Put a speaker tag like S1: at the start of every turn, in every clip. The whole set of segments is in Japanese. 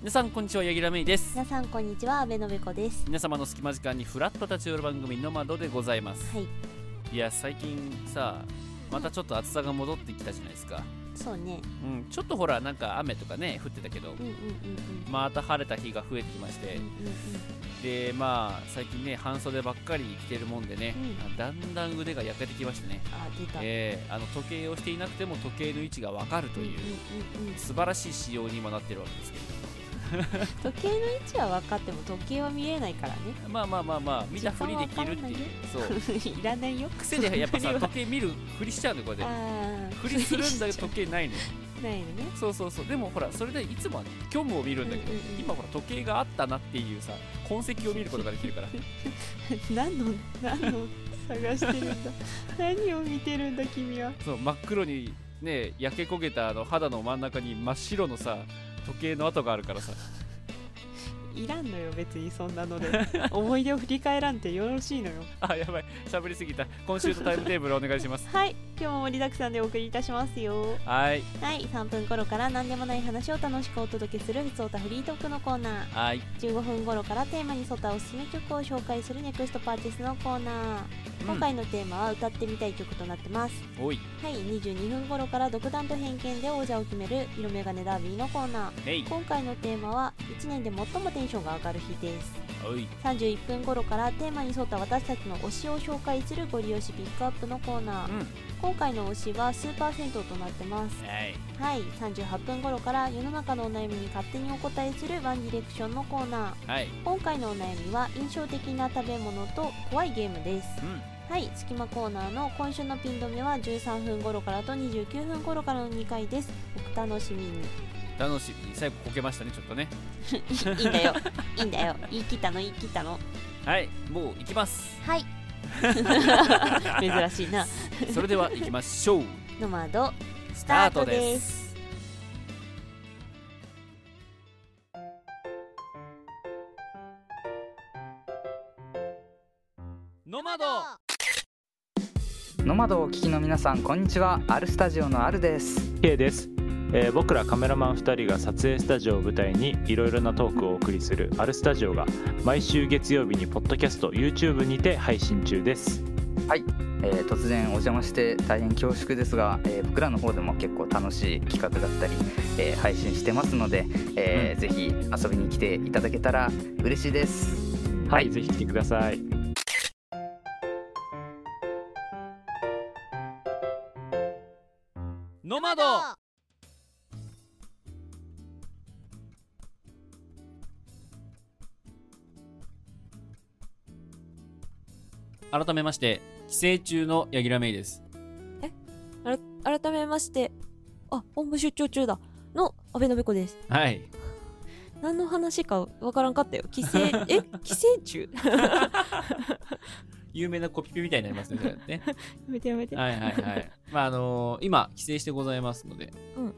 S1: 皆さんこんにちはヤギラメイです
S2: 皆さんこんにちは阿部のべこです
S1: 皆様の隙間時間にフラッと立ち寄る番組の窓でございます
S2: はい
S1: いや最近さまたちょっと暑さが戻ってきたじゃないですか
S2: そうね
S1: うんちょっとほらなんか雨とかね降ってたけど
S2: うんうんうんうん
S1: また晴れた日が増えてきまして
S2: う
S1: でまあ最近ね半袖ばっかり着てるもんでね、だんだん腕が焼けてきましてね、
S2: あ出た
S1: えーあの時計をしていなくても時計の位置がわかると
S2: うんう
S1: い
S2: ん
S1: う
S2: うんうん
S1: 素晴らしい仕様に今なってるわけですけ
S2: 時計の位置は分かっても時計は見えないからね
S1: どまあまあまあまあ見たふりできるっていう
S2: 時間
S1: そう
S2: いらないよ
S1: 癖でやっぱ
S2: そ
S1: さ
S2: れは
S1: 時計見るふりしちゃうのこれで
S2: ああ
S1: ふりするんだけど時計ないのよ
S2: ないのね
S1: そうそうそうでもほらそれでいつもはね虚無を見るんだけど、
S2: うんうんうん
S1: 今ほら時計があったなっていうさ痕跡を見ることができる から
S2: 何の何の探してるん だ何を見てるんだ君は
S1: そう真っ黒にね焼け焦げたあの肌の真ん中に真っ白のさ時計の跡があるからさ
S2: いらんのよ別にそんなので思い出を振り返らんてよろしいのよ
S1: あやばい喋りすぎた今週のタイムテーブルお願いします
S2: はい今日も盛りだくさんでお送りいたしますよ
S1: はい
S2: はい3分頃から何でもない話を楽しくお届けするふつおたフリートークのコーナー
S1: はい
S2: 15分頃からテーマに沿ったおすすめ曲を紹介するネクストパーティスのコーナー、今回のテーマは歌ってみたい曲となってます
S1: うんおい
S2: はい22分頃から独断と偏見で王者を決める色眼鏡ダービーのコーナー
S1: ねい
S2: 今回のテーマは1年で最もテンションが上がる日です
S1: おい
S2: 31分頃からテーマに沿った私たちの推しを紹介するご利用しピックアップのコーナー
S1: うん
S2: 今回の推しはスーパー銭湯となってます
S1: はい
S2: はい38分頃から世の中のお悩みに勝手にお答えするワンディレクションのコーナー
S1: はい
S2: 今回のお悩みは印象的な食べ物と怖いゲームです
S1: うん
S2: はい隙間コーナーの今週のピン止めは13分頃からと29分頃からの2回ですお楽しみに
S1: 楽しみに最後こけましたねちょっとね
S2: いいんだ よいいんだよ言い切ったの言い切ったの
S1: はいもう行きます
S2: はい 珍しいな
S1: それでは行きましょう
S2: ノマド
S1: ス
S2: タートです
S1: ノマド
S3: ノマドをお聞きの皆さんこんにちはアルスタジオのアルです
S4: K です、えー僕らカメラマン2人が撮影スタジオを舞台にいろいろなトークをお送りする「アルスタジオ」が毎週月曜日にポッドキャスト YouTube にて配信中です
S3: えー突然お邪魔して大変恐縮ですが、えー僕らの方でも結構楽しい企画だったり、えー配信してますので、えーぜひ遊びに来ていただけたら嬉しいです
S4: はい、
S3: はい
S4: ぜひ来てください
S1: ノマド改めまして寄生虫の柳楽芽衣です
S2: 改めましてあ本部出張中だの阿部のべこです
S1: はい
S2: 何の話かわからんかったよ寄 生え寄生虫
S1: 有名なコピペみたいになります ねそれね
S2: やめてやめて
S1: はいはいはいまああのー今帰省してございますので、
S2: うん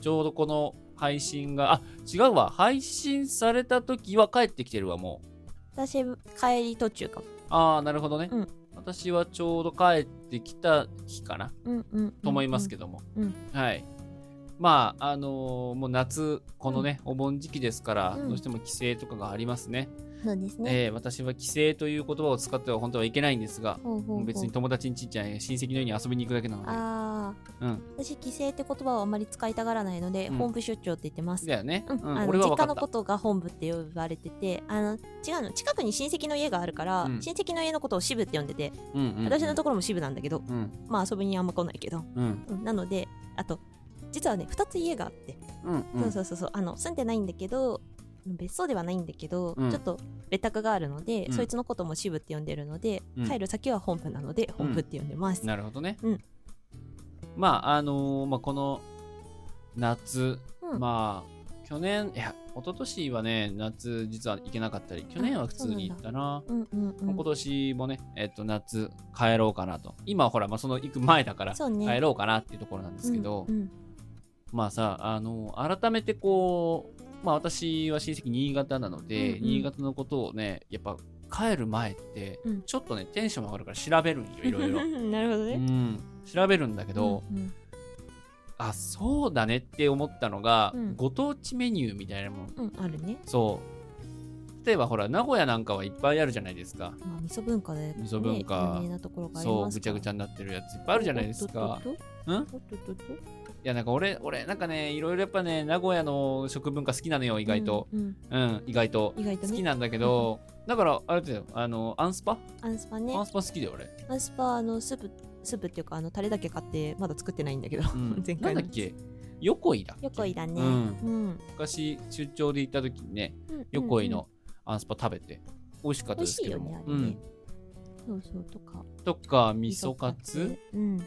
S1: ちょうどこの配信があ違うわ配信された時は帰ってきてるわもう
S2: 私帰り途中かも
S1: ああ、なるほどね、
S2: うん
S1: 私はちょうど帰ってきた日かな
S2: うんうん
S1: と思います
S2: ど、
S1: けども。
S2: うん
S1: はい。まあ、あのーもう夏、このね、お盆時期ですから、
S2: うん
S1: どうしても帰省とかがありますね。
S2: そうですね、
S1: えー私は帰省という言葉を使っては本当はいけないんですが、
S2: ほうほうほう
S1: 別に友達にちっちゃい親戚のように遊びに行くだけなの
S2: あ
S1: で。うん。
S2: あ私帰省って言葉をあまり使いたがらないので、
S1: うん
S2: 本部出張って言ってます
S1: だよね。
S2: うん、
S1: うん
S2: あの
S1: 俺は
S2: 実
S1: 分か
S2: 家
S1: っ
S2: の
S1: た
S2: こ。とが本部って呼ばれててあの違うの近くに親戚の家があるから、
S1: うん
S2: 親戚の家のことを支部って呼んでて、
S1: うんうんうん
S2: 私のところも支部なんだけど
S1: うん
S2: まあ遊びにあんま来ないけど、
S1: うん
S2: うん、なのであと実はね2つ家があって、
S1: うんうん
S2: そうそうそうそうあの住んでないんだけど別荘ではないんだけど、
S1: うん
S2: ちょっと別宅があるので、
S1: うん
S2: そいつのことも支部って呼んでるので、
S1: うん
S2: 帰る先は本部なので本部って呼んでます、
S1: なるほどね。
S2: うん
S1: まあ、あのーまあ、この夏、
S2: うん
S1: まあ、去年、いや、一昨年はね、夏、実は行けなかったり、去年は普通に行ったな。
S2: うんうんうん
S1: まあ今年もね、えっと、夏、帰ろうかなと。今、ほら、まあ、その行く前だから、
S2: そうね
S1: 帰ろうかなっていうところなんですけど、
S2: うんうん
S1: まあさ、あのー改めてこう、まあ、私は親戚新潟なので、
S2: うんうん
S1: 新潟のことをね、やっぱ、帰る前って、
S2: うん
S1: ちょっとね、テンション 上がるから調べるんよ、いろいろ。
S2: なるほど
S1: う
S2: ね。
S1: ん、調べるんだけど、
S2: うんうん
S1: あそうだねって思ったのが、
S2: うん
S1: ご当地メニューみたいなもん
S2: うん、あるね。
S1: そう例えばほら名古屋なんかはいっぱいあるじゃないですか
S2: まあ、味噌文化で、ね。
S1: 味噌文化
S2: 有名なところがあります
S1: そうぐちゃぐちゃ
S2: に
S1: になってるやついっぱいあるじゃないですか
S2: うんん。おっとっとっと
S1: いやなんか俺俺なんかねいろいろやっぱね名古屋の食文化好きなのよ意外と。
S2: うんうん
S1: うん、意外と
S2: 意外とね
S1: 好きなんだけど、だからあれだよあのアンスパ、
S2: アンスパ
S1: ア
S2: ね
S1: ン。スパ好きだよ俺、
S2: アンスパ、あの、スープ、スープっていうか、あの、タレだけ買って、まだ作ってないんだけど、
S1: うん
S2: 前
S1: な
S2: 回
S1: ん
S2: の
S1: だっけ横井だっけ
S5: 横井だね
S1: うん、
S2: うん。
S1: 昔出張で行った時にね
S2: うん
S1: 横井のアンスパ食べて美味しかった
S2: 美
S1: で
S2: 味
S1: す
S2: しい
S1: け
S2: よ
S1: ども
S2: ね、あ
S1: う
S2: れね
S1: ん、。
S2: そうそう、とか。
S1: とか味噌カツ
S2: うん。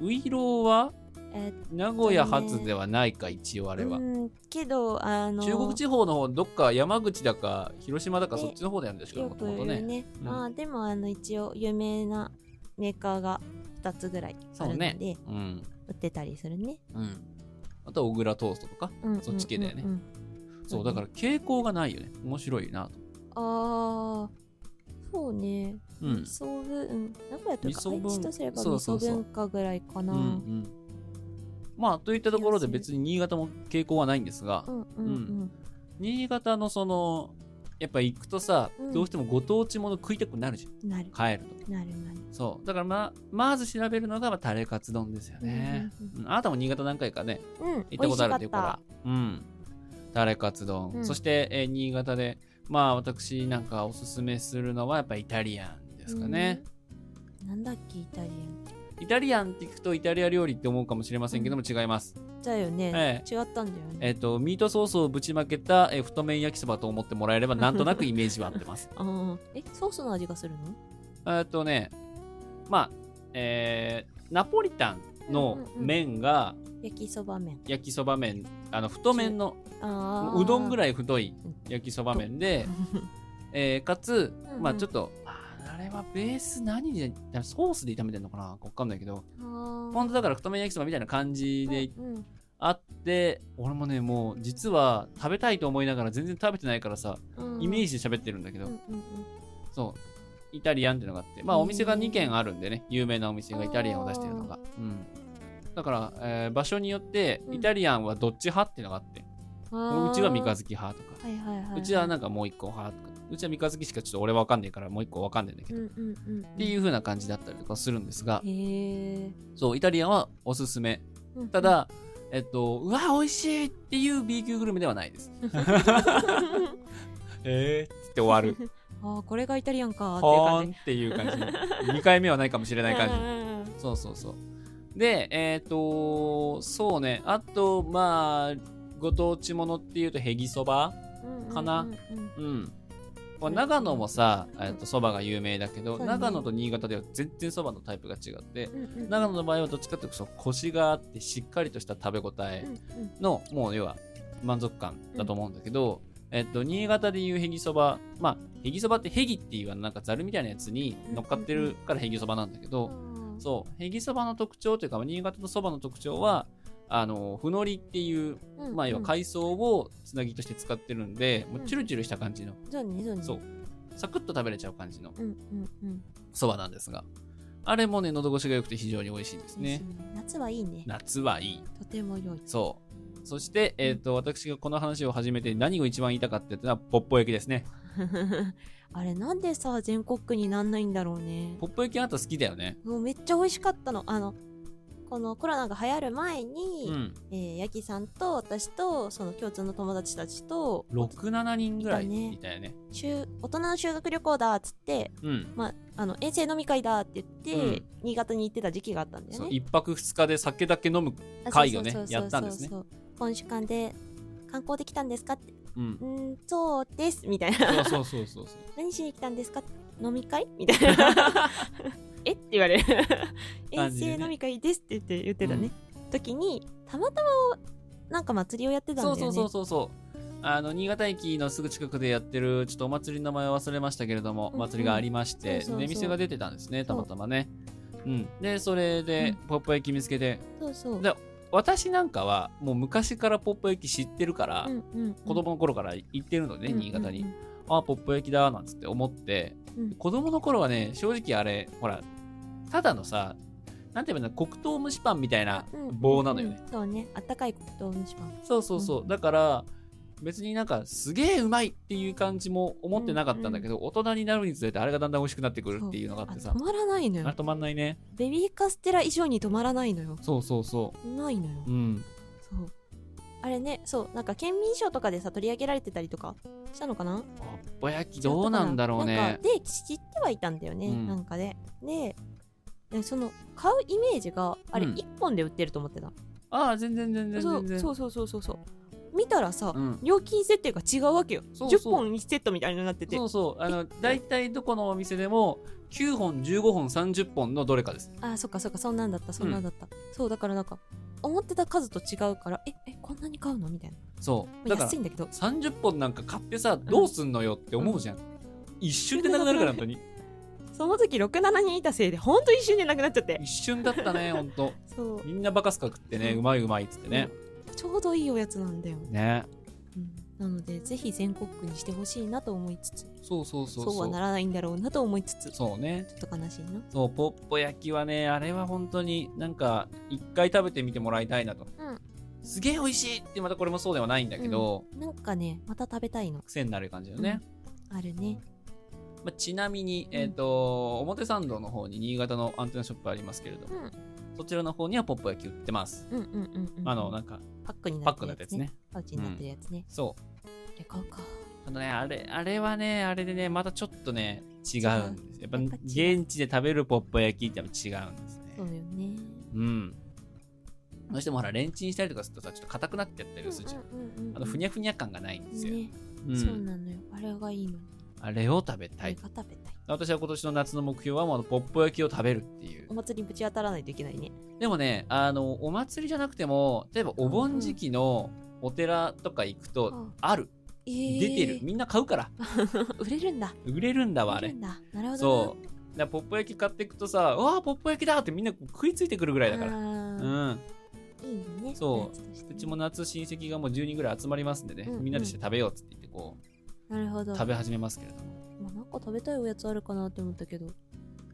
S1: ウイローは
S2: えー
S1: 名古屋発ではないか一応あれは、
S2: うん、けど、あの、
S1: 中国地方の方どっか山口だか広島だか
S2: ね
S1: そっちの方でやるんですけど
S2: よ
S1: も
S2: く
S1: と
S2: 言
S1: も
S2: う
S1: と
S2: ね。
S1: ねうん
S2: まあ、でも、あの、一応、有名なメーカーが2つぐらいあ
S1: そ
S2: る
S1: う
S2: ので、
S1: ねうん
S2: 売ってたりするね。
S1: うんあとは小倉トーストとか
S2: うんうんうんうん
S1: そっち系だよね。そう
S2: そう
S1: だ
S2: ね
S1: から傾向がないよね面白いなと
S2: ああ、そうね。
S1: うん
S2: 味噌文、名古屋というか、
S1: 味噌文
S2: 愛知とすれば味
S1: そうそ
S2: 噌
S1: うそう
S2: 文化ぐらいか
S1: う
S2: な。
S1: んうんまあといったところで別に新潟も傾向はないんですが、
S2: うんうんうん。
S1: 新潟のそのやっぱ行くとさ、
S2: うん
S1: どうしてもご当地もの食いたくなるじゃん
S2: なる。
S1: 帰ると
S2: なるなる。
S1: そうだからままず調べるのがまあタレカツ丼ですよね、
S2: うんうん
S1: うんあなたも新潟何回かね
S2: うん、
S1: 行ったことあるってい
S2: 美味し
S1: う
S2: か
S1: からうんタレカツ丼、
S2: うん
S1: そして、えー新潟でまあ私なんかおすすめするのはやっぱイタリアンですかね、
S2: た。なんだっけ、イタリアン。
S1: イタリアンって聞くとイタリア料理って思うかもしれませんけども違います、
S2: だよね
S1: え。
S2: 違ったんだよね。
S1: えっ、とミートソースをぶちまけた、えー太麺焼きそばと思ってもら えればなんとなくイメージは合ってます
S2: あーえ、ソースの味がするの
S1: えっとねまあえーナポリタンの麺が
S2: 焼きそば麺。
S1: 焼きそば麺あの太麺の
S2: ああ。
S1: うどんぐ
S2: い。
S1: らい太い焼きそば麺で、えーかつ
S2: うんうん
S1: まあちょっとあーあれはベース何でソースで炒めてんのかなわかんないけど
S2: ほ
S1: ほんとだから太麺焼きそばみたいな感じで
S2: うんうん
S1: あって俺もねもう実は食べたいと思いながら全然食べてないからさ
S2: うん、
S1: イメー
S2: ジ
S1: ジで喋ってるんだけど、
S2: うんうん
S1: そうイタリアンっていうのがあってまあ
S2: へー
S1: お店が2軒あるんでね有名なお店がイタリアンを出してるのがうんだから、えー場所によって
S2: うん
S1: イタリアンはどっち派っていうのがあって、
S2: うん、
S1: うちは三日
S2: 月。
S1: 月派とか、
S2: はいはいはいはい。
S1: うちはなんかもう一個派とかうちは三日月しかちょっと俺わかんないからもう一個わかんないんだけ
S2: う
S1: ど、
S2: ん
S1: っ
S2: うんうん。って
S1: いう風な感じだったりとかするんですが、
S2: へえ。
S1: そうイタリアンはおすすめた だ、えっと、うわ、美味しいっていう B 級グルメではないです。えーって終わる。
S2: うん、ああこれがイタリアンか
S1: ほ
S2: ー
S1: ー
S2: っ
S1: んっていう感じ。2回目はないかもしれな
S2: て
S1: いいう
S2: 感じ。
S1: 感
S2: 感じ
S1: じ。そうそうそう。で、えっ、と、そうね。あと、まあ、ご当地ものっていうと、へぎそばかな
S2: うんうんうん
S1: うん。まあ長野もさ、えっとそばが有名だけど、
S2: そうね
S1: 長野と新潟では全然そばのタイプが違って、
S2: うんうんうん
S1: 長野の場合はどっちかというとそう、コシがあってしっかりとした食べ応え
S2: うんうん
S1: のもう要は満足感だと思うんだけど、えっと新潟でいうへぎそばまあへぎそばってへぎっていうあのなんかざるみたいなやつに乗っかってるからへぎそばなんだけど、
S2: うん
S1: そうへぎそばの特徴というか新潟のそばの特徴はあのふのりっていう、
S2: うん
S1: まあ、要は
S2: うん
S1: 海藻をつなぎとして使ってるんで、もうチュルチュルした感じの、
S2: そうねそうね
S1: そうサクッと食べれちゃう感じの
S2: うんうんうん
S1: そばなんですがあれもね喉越しが良くて非常に美味しいですね
S2: 夏はいいね
S1: 夏はいい
S2: とても良い
S1: そう。そして、えっ、と、私がこの話を始めて何を一番言いたかったってのは、ポッポ焼きですね。
S2: あれなんでさ全国区になんないんだろうね
S1: ポッポ焼きあなた好きだよね。
S2: もうめっちゃ美味しかったのあのこのコロナが流行る前に、
S1: うん。
S2: えー、ヤキさんと私とその共通の友達たちと
S1: 6、7人ぐらい
S2: いたね
S1: いたよね。
S2: 修大人の修学旅行だっつって、
S1: うん。
S2: まあ、あの遠征飲み会だって言って、
S1: うん
S2: 新潟に行ってた時期があったんだよ
S1: そう、
S2: ね
S1: 一泊二日で酒だけ飲む。
S2: あ
S1: 会をね
S2: そうそうそうそう
S1: やったんですね
S2: そう今週間で観光できたんですかって
S1: うん
S2: う。ーんそうですみた い
S1: そう
S2: な
S1: そうそうそう そう。
S2: 何しに来たんですか飲み 会みたいなえって言われる遠
S1: 感じでね
S2: 征飲み会ですって言って言ってたね、時にたまたまなんか祭りをやってたんだ
S1: そ
S2: よ
S1: う
S2: ね
S1: そうそうそうそう。あの新潟駅のすぐ近くでやってるちょっとお祭りの名前忘れましたけれども、
S2: うんうん
S1: 祭りがありまして
S2: そうそうそう
S1: 出店が出てたんですねたまたまねうんでそれでポッポ焼き見つけて、
S2: そうそう
S1: で私なんかはもう昔からポッポ焼き知ってるから、
S2: うんうんうん
S1: 子供の頃から行ってるのね、
S2: うんうん
S1: 新潟に。
S2: うん
S1: あ、ポップ焼きだ、なんつって思って、
S2: うん
S1: 子供の頃はね、正直あれ、ほら、ただのさ、なんて言えばいいんだろう黒糖蒸しパンみたいな
S2: うん
S1: 棒なのよね。
S2: そうねあったかい黒糖蒸しパン
S1: そうそうそう。だから、別になんかすげえうまいっていう感じも思ってなかったんだけど、大人になるにつれてあれがだんだん美味しくなってくるっていうのがあって
S2: あ
S1: さ
S2: 止。まらないの
S1: あれ
S2: よ
S1: 止まんないね。
S2: ベビーカステラ以上に止まらないのよ
S1: そうそうそう
S2: ないのよ
S1: う。うん。
S2: そうあれねそうなんか県民賞とかでさ取り上げられてたりとかしたのか
S1: お
S2: な
S1: っぽ焼きどうなんだろう
S2: なん
S1: ね
S2: か。で知ってはいたんだよね、
S1: うん
S2: なんかでででその買うイメージがあれ
S1: うん
S2: 1本で売ってると思ってた、
S1: ああ、全然全然
S2: そ
S1: 全
S2: う
S1: 然。
S2: そうそうそうそうそう見たらさ、
S1: うん
S2: 料金設定が違うわけよ
S1: そうそう
S2: 10本1セットみたいになってて
S1: そうそう。あの、大体どこのお店でも、9本、15本、30本のどれかです。
S2: あーそっかそっかそんなんだったそんなんだった、そうだからなんか思ってた数と違うからええこんなに買うのみたいな、
S1: そう。
S2: ま
S1: だ
S2: あ
S1: から
S2: 安い、んだけど
S1: 30本なんか買ってさ、どうすんのよって思うじゃん。一瞬でなくなるから、本当に。
S2: その時67人いたせいでほん と一瞬でなくなっちゃって
S1: 一瞬だったね、ほんと。
S2: そう
S1: みんなバカスカ食ってね、
S2: うん
S1: うまいうまいっつってね。
S2: ちょうどいいおやつなんだよ、
S1: ね。
S2: うん、なのでぜひ全国区にしてほしいなと思いつつ
S1: そうそうそ
S2: そう
S1: うそう。
S2: はならないんだろうなと思いつつちょ
S1: そうね。
S2: っと悲しいな
S1: そう、ポッポ焼きはね、あれは本当になんか、一回食べてみてもらいたいなと。
S2: うん
S1: すげえ美味しいって、またこれもそうではないんだけど、
S2: なんかねまた食べたいの
S1: 癖になる感じだよね。
S2: あるね
S1: まあ、ちなみに、
S2: うん
S1: えっ、と、表参道の方に新潟のアンテナショップありますけれども、
S2: うん
S1: そちらの方にはポッポ焼き売ってます。
S2: うんうんうん、うん、
S1: あの、なんか、
S2: パックにな
S1: パッ
S2: って
S1: ク
S2: る
S1: の
S2: や
S1: やつで
S2: つ
S1: す
S2: ね
S1: ね。
S2: パウチになってるやつね、
S1: そう。
S2: あれ買うか
S1: あのね、あれ、あれはね、あれでね、またちょっとね、違うんです。やっぱ、
S2: やっぱ違う
S1: 現地で食べるポッポ焼きってやっぱ違うんですね
S2: そう。よね
S1: うん。どうしてもほら、レンチンしたりとかするとさ、ちょっと硬くなっちゃったりするじゃん。
S2: うんうんうんうん
S1: あの、ふにゃふにゃ感がないんですよ。
S2: ね、
S1: う。
S2: そうんなのよあれがいいのに
S1: あれを食べ
S2: あ
S1: た
S2: れ
S1: い
S2: が。食べたい
S1: 私は今年の夏の目標は、もうあの、ポッポ焼きを食べるっていう
S2: お。祭りにぶち当たらないといけないね
S1: でもね、あの、お祭りじゃなくても、例えばお盆時期のお寺とか行く
S2: う
S1: と
S2: ん、
S1: ある。
S2: え
S1: 出てる。みんな買うから。
S2: 売れるんだ
S1: 売れるんだわ、あ
S2: 売れ
S1: れ
S2: るん。だなるほどな
S1: そう。だからポッポ焼き買っていくとさ、うわあ、ポッポ焼きだってみんな食いついてくるぐらいだから。
S2: ら
S1: うん。
S2: いいね
S1: そう
S2: う
S1: うちも夏親戚がもう10人ぐらい集まりますんでね、
S2: うん
S1: みんなでして食べようっつって言ってこう、
S2: なるほど
S1: 食べ始めますけれども。
S2: まあ、なんか食べたいおやつあるかなって思ったけどど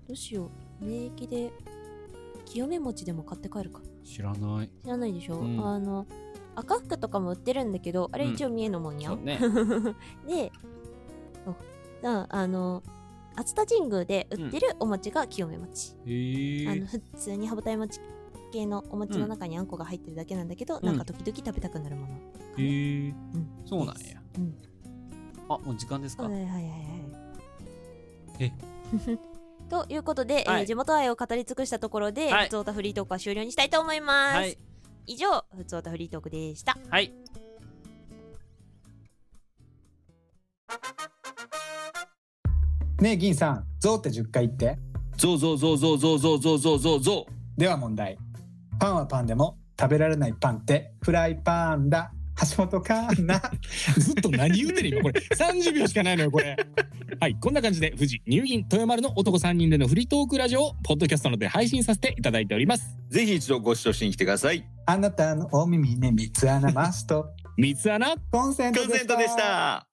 S2: うしよう免疫で清め餅でも買って帰るか
S1: 知らない。
S2: 知らないでしょ、
S1: うん
S2: あの赤福とかも売ってるんだけどあれ一応三重のもんや、、
S1: そうんね。
S2: でそうじゃああの熱田神宮で売ってるお餅が清め餅、
S1: へ
S2: あ
S1: え
S2: の。普通に羽ばたい餅系のお餅の中にあんこが入ってるだけなんだけど、
S1: ん
S2: なんか時々食べたくなるもの、
S1: へえ。
S2: うん
S1: そうなんや。
S2: うん
S1: あ、もう時間です
S2: は
S1: か
S2: い。はいはいはい
S1: え
S2: ということで、
S1: は
S2: えー
S1: い
S2: 地元愛を語り尽くしたところで、
S1: はい
S2: ふつおたフリートークは終了にしたいと思います、
S1: はい。
S2: 以上ふつおたフリートークでした
S1: はい。
S6: ねえ銀さんゾウって10回言って
S4: ゾウゾウゾウゾウゾウゾウゾウゾウゾウゾ
S6: では問題パンはパンでも食べられないパンってフライパンだ橋本環 奈
S4: ウずっと何言うてる今これ30秒しかないのよこれはいこんな感じで富士乳銀豊丸の男3人でのフリートークラジオをポッドキャストので配信させていただいております
S7: ぜひ一度ご視聴しに来てください。
S6: あなたのお耳に三つ穴マスト
S4: 三つ穴
S6: コンセン
S7: コ
S6: ト
S7: ンセントでした。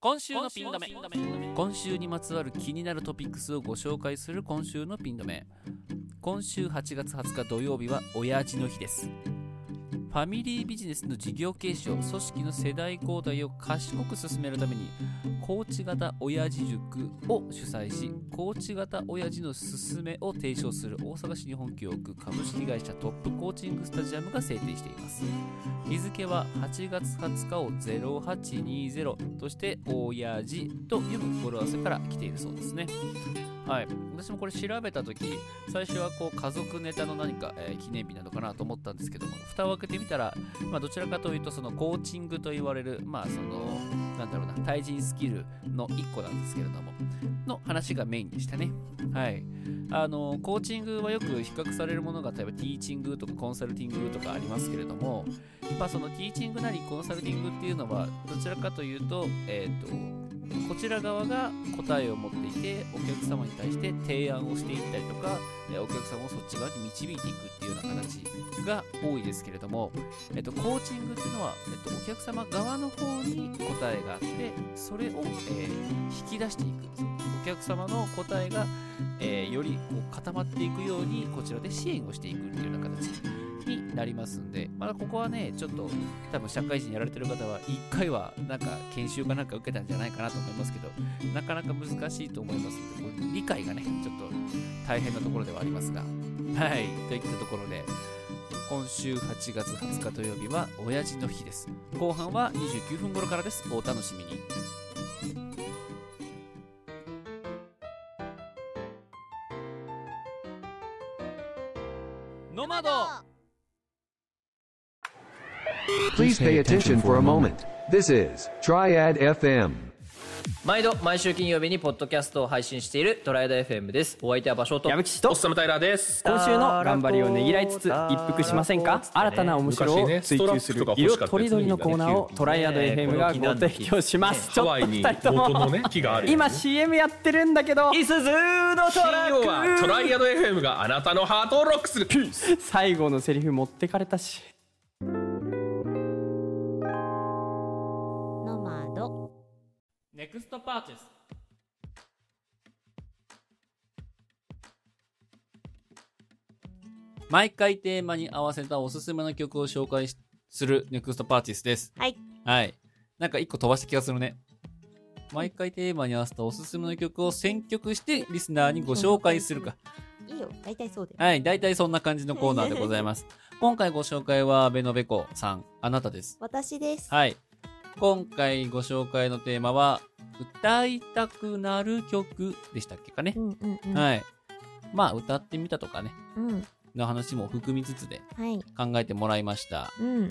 S1: 今週のピン止め今週にまつわる気になるトピックスをご紹介する今週のピン止め今週8月20日土曜日は親父の日ですファミリービジネスの事業継承組織の世代交代を賢く進めるために高知型親父塾を主催し高知型親父の勧めを提唱する大阪市に本拠を置く株式会社トップコーチングスタジアムが制定しています日付は8月20日を0820として親父と読む語呂合わせから来ているそうですねはい私もこれ調べた時最初はこう家族ネタの何か、えー記念日なのかなと思ったんですけども蓋を開けてみたら、まあ、どちらかというとそのコーチングと言われるまあそのなんだろうな対人スキルの1個なんですけれどもの話がメインでしたねはいあのコーチングはよく比較されるものが例えばティーチングとかコンサルティングとかありますけれどもまあ、そのティーチングなりコンサルティングっていうのはどちらかというと,、えー、とこちら側が答えを持っていてお客様に対して提案をしていったりとかえーお客様をそっち側に導いていくっていうような形が多いですけれども、えっと、コーチングっていうのは、えっと、お客様側の方に答えがあってそれを、えー引き出していくお客様の答えが、えーよりこう固まっていくようにこちらで支援をしていくっていうような形になりますんでまだここはねちょっと多分社会人やられてる方は1回はなんか研修かなんか受けたんじゃないかなと思いますけどなかなか難しいと思いますんでこれ理解がねちょっと大変なところではありますがはいといったところで今週8月20日土曜日は親父の日です後半は29分頃からですお楽しみにノマド
S8: Please pay attention for a moment. This is Triad FM.
S9: 毎度毎週金曜日にポッドキャストを配信しているトライド FM ですお相手は場所と矢吹氏とおっさむタイラーです今週の頑張りをねぎらいつつ一服しませんか新たな面白を追求する色とりどりのコーナーをトライアド FM がご提供しますちょっと二人とも今 CM やってるんだけどいすずのトラックトライアド FM があなたのハートをロックする最後のセリフ持ってかれたし
S2: ノマド
S9: ネクストパーチェス
S1: 毎回テーマに合わせたおすすめの曲を紹介しするネクストパーティスです
S2: はい
S1: はいなんか一個飛ばした気がするね毎回テーマに合わせたおすすめの曲を選曲してリスナーにご紹介するか
S2: いいよ大体そうで
S1: はい大体そんな感じのコーナーでございます今回ご紹介はベノベコさんあなたです
S2: 私です
S1: はい。今回ご紹介のテーマは、歌いたくなる曲でしたっけかね
S10: う。んうんうん。
S1: はい。まあ、歌ってみたとかね、
S10: うん。
S1: の話も含みつつで
S10: はい。
S1: 考えてもらいました。
S10: うん。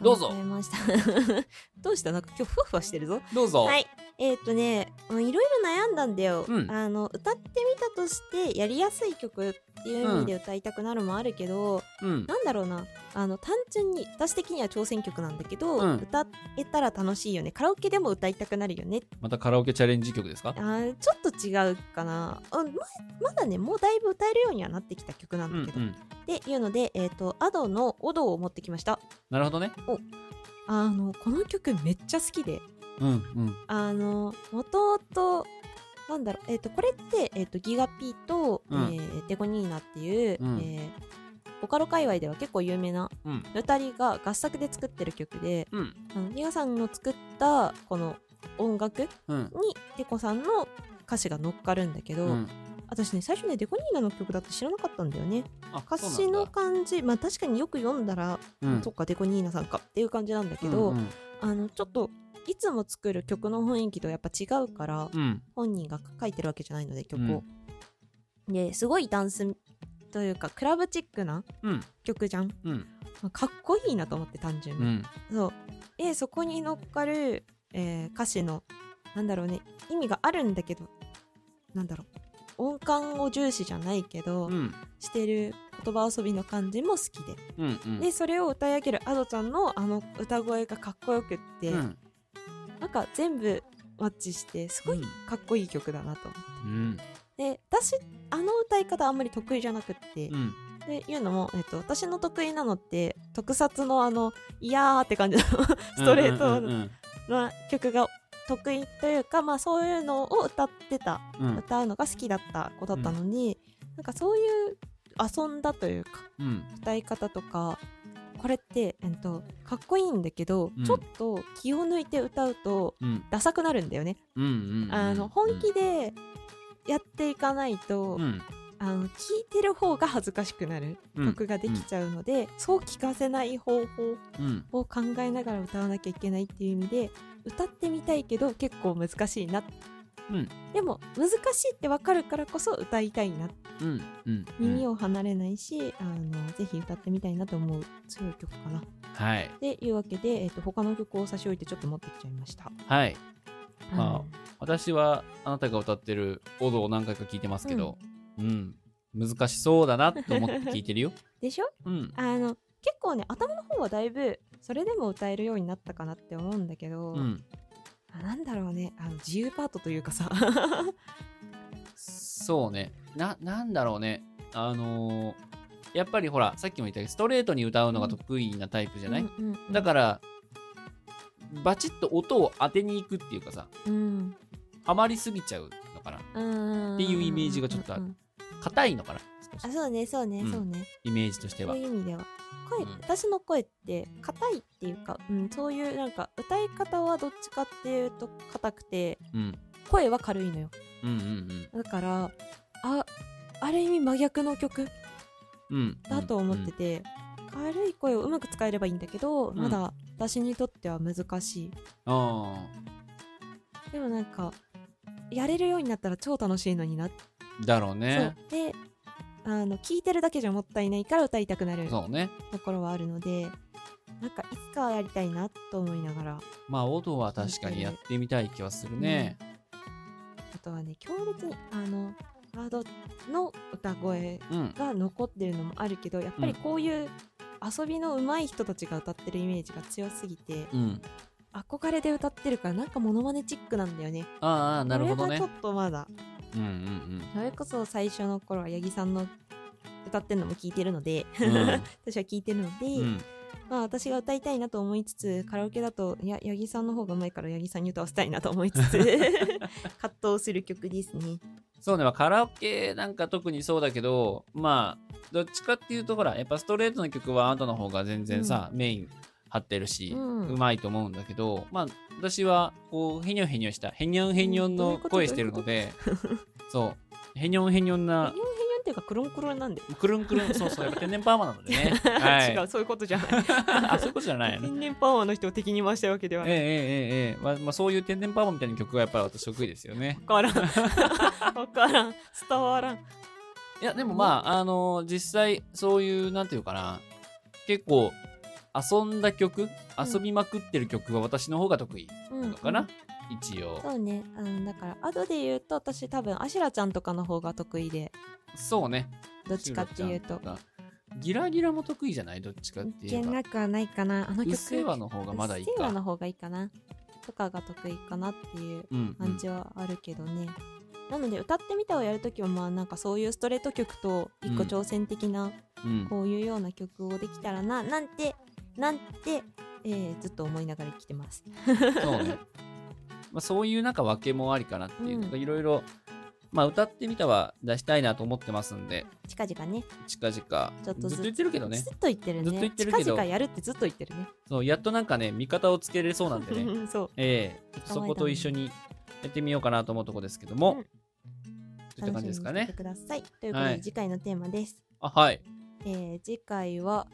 S1: どうぞ
S10: わかりました。どうしたなんか今日ふわふわしてるぞ。
S1: どうぞ。
S2: はいえっ、とねうんいろいろ悩んだんだよ、
S1: うん
S2: あの歌ってみたとしてやりやすい曲っていう意味で歌いたくなるもあるけど、
S1: うん。
S2: なんだろうなあの単純に私的には挑戦曲なんだけど、
S1: うん
S2: 歌えたら楽しいよねカラオケでも歌いたくなるよね
S1: またカラオケチャレンジ曲ですか
S2: あーちょっと違うかなあままだねもうだいぶ歌えるようにはなってきた曲な
S1: うんんう
S2: だけど、
S1: ん。
S2: っていうので、えっと Ado の「オド」を持ってきました
S1: なるほどね。
S2: あのこの曲めっちゃ好きで
S1: うんうん。
S2: あの元々なんだろう、えっとこれって、えっとギガピーと、
S1: うん
S2: えーデコニーナっていう、
S1: うん
S2: えーボカロ界隈では結構有名な
S1: うん
S2: 2人が合作で作ってる曲で、
S1: うん
S2: あのギガさんの作ったこの音楽に
S1: うん。
S2: デコさんの歌詞が乗っかるんだけど、
S1: うん。
S2: 私ね最初ねデコニーナの曲だって知らなかったんだよね
S1: あ
S2: 歌詞の感じまあ確かによく読んだら、
S1: うん
S2: そっかデコニーナさんかっていう感じなんだけど、
S1: うん
S2: あのちょっといつも作る曲の雰囲気とやっぱ違うから
S1: うん。
S2: 本人が書いてるわけじゃないので曲を、ですごいダンスというかクラブチックな
S1: うん。
S2: 曲じゃん
S1: うん。
S2: かっこいいなと思って単純
S1: う
S2: に、
S1: ん。
S2: そうでそこに乗っかる、えー歌詞のなんだろうね意味があるんだけどなんだろう音感を重視じゃないけど、
S1: うん。
S2: してる言葉遊びの感じも好きで、
S1: うん。うん。
S2: でそれを歌い上げるアドちゃんのあの歌声がかっこよくって、
S1: うん。
S2: なんか全部マッチしてすごいかっこいい曲だなと思
S1: うん。
S2: って、で私あの歌い方あんまり得意じゃなくって、
S1: うん。
S2: でいうのも、えっと、私の得意なのって特撮のあの「いやー」って感じのストレ
S1: う
S2: ー
S1: んう
S2: ト
S1: ん
S2: な曲が得意というか、まあ、そういうのを歌ってた
S1: うん。うん
S2: 歌うのが好きだった子だったのに、なんかそういう遊んだというか
S1: うん。
S2: 歌い方とかこれって、えっと、かっこいいんだけど、
S1: うん
S2: ちょっと気を抜いて歌うと
S1: うん。
S2: ダサくなるんだよね。
S1: うんうん。うん
S2: あの本気でやっていかない
S1: う
S2: と、
S1: ん。
S2: あの聞いてる方が恥ずかしくなる
S1: うん
S2: 曲ができちゃうので、そう聞かせない方法
S1: うん。
S2: を考えながら歌わなきゃいけないっていう意味で歌ってみたいけど結構難しいな、
S1: うん
S2: でも難しいってわかるからこそ歌いたいな
S1: うん。うん。
S2: 耳
S1: を。
S2: を離れないし、あのぜひ歌ってみたいなと思う強い曲かな。
S1: はい。
S2: っていうわけで、えっと他の曲を差し置いてちょっと持ってきちゃいました。
S1: はい。まあ
S2: うん
S1: 私はあなたが歌ってるオドを何回か聞いてますけど、うん、難しそうだなと思って聞いてるよ。
S2: でしょ
S1: うん。
S2: あの結構ね頭の方はだいぶそれでも歌えるようになったかなって思うんだけど、
S1: うん。
S2: あなんだろうねあの自由パートというかさ
S1: そうね。な、なんだろうね。あのーやっぱりほら、さっきも言ったけど、ストレートに歌うのが得意なタイプじゃない、
S2: うんうんうん
S1: だから、バチッと音を当てに行くっていうかさ、
S2: うん
S1: ハマりすぎちゃうのかな。
S2: っ
S1: っていうイメージがちょっとある硬いのかな少し
S2: あそうねそうね
S1: うん
S2: そうね、
S1: イメージとして
S2: そ
S1: は
S2: うい。う意味では声、
S1: うん
S2: 私の声って硬いっていうか、うん、そういうなんか歌い方はどっちかっていうと硬くて
S1: うん。
S2: 声は軽いのよ
S1: うんうん
S2: だからあある意味真逆の曲
S1: うん。うん。
S2: だと思ってて、軽い声をうまく使えればいいんだけど、
S1: ん
S2: まだ私にとっては難しい
S1: うん。あ
S2: でもなんかやれるようになったら超楽しいのになって、
S1: あ。だろうね。
S2: そうであの聞いてるだけじゃもったいないから歌いたくなる
S1: そうね。
S2: ところはあるのでなんかいつかはやりたいなと思いながら
S1: まあ、音は確かにやってみたい気はするね。
S2: あとはね強烈にあのワードの歌声
S1: うん。
S2: が残ってるのもあるけどやっぱりこういう遊びの上手い人たちが歌ってるイメージが強すぎて
S1: うん。
S2: 憧れで歌ってるからなんかモノマネチックなんだよね
S1: ああ、なるほど
S2: こ
S1: ね
S2: れが。ちょっとまだ
S1: うんうん
S2: それこそ最初の頃は八木さんの歌ってるのも聞いてるので、
S1: うん。
S2: 私は聞いてるので、
S1: うん。うん。
S2: まあ私が歌いたいなと思いつつカラオケだといや八木さんの方が上手いから八木さんに歌わせたいなと思い つつ葛藤する曲ですね。
S1: そうね、まあカラオケなんか特にそうだけど、まあ、どっちかっていうと、ほら、やっぱストレートの曲はあなたの方が全然さ、メイン張ってるし、
S2: うん
S1: うまいと思うんだけど、まあ、私は、こう、へにょへにょした、へにょんへにょん
S2: どうい
S1: の
S2: うこと
S1: 声してるので、そう、へにょんへにょん
S2: ヘニョ
S1: な
S2: ンヘ、ニョンっていうかクロンクロンなんで、
S1: くるんくるん、そうそう、やっぱ天然パーマなのでね。 はい、
S2: 違うそういうことじゃない。
S1: あ、そういうことじゃないのね。
S2: 天然パワーの人を敵に回したいわけでは
S1: え
S2: ない。
S1: えええええまあ、まあ、そういう天然パーマみたいな曲がやっぱり私得意ですよね。
S2: わからん。 わからん。伝わらん。
S1: いや、でもまあ、あの実際、そういう、なんていうかな、結構、遊んだ曲、遊びまくってる曲は私の方が得意なのかな、一応。
S2: そうね、うん、だから後で言うと私多分アシュラちゃんとかの方が得意で
S1: そうね。
S2: どっちかっていう
S1: シ
S2: と
S1: ロちゃんか。ギラギラも得意じゃないどっちかっ
S2: い
S1: てい
S2: け
S1: う
S2: な
S1: か。
S2: くはないかなあの曲
S1: うっせぇわの方がまだいいか
S2: うっせぇわの方がいいかなとかが得意かなっていう
S1: うん、う
S2: 感
S1: ん。
S2: じはあるけどね、なので歌ってみたをやるときはまあなんかそういうストレート曲と一個
S1: うん
S2: 挑戦的な
S1: うん
S2: こういうような曲をできたらな、なんてなんて、えーずっと思いながら生きてます
S1: そうね。まあ、そういうなんか分けもありかなっていう、
S2: うん
S1: なんかいろいろ、まあ、歌ってみたは出したいなと思ってますんで、
S2: 近々ね
S1: 近々。
S2: ちょっと
S1: ずっ
S2: ずつ
S1: と言ってるけどね
S2: ず。っと言ってるね
S1: ずっと言ってるけど
S2: 近々やるってずっと言ってるね
S1: そう、やっとなんかね、味方をつけれそうなんでね。
S2: そう
S1: ええそこと一緒にやってみようかなと思うとこですけども、
S2: うん
S1: といった感じですかね
S2: 楽しみにしてて。ください。ということ
S1: は
S2: で、
S1: い
S2: 次回のテーマです。
S1: あ、はい。
S2: えー、次回は、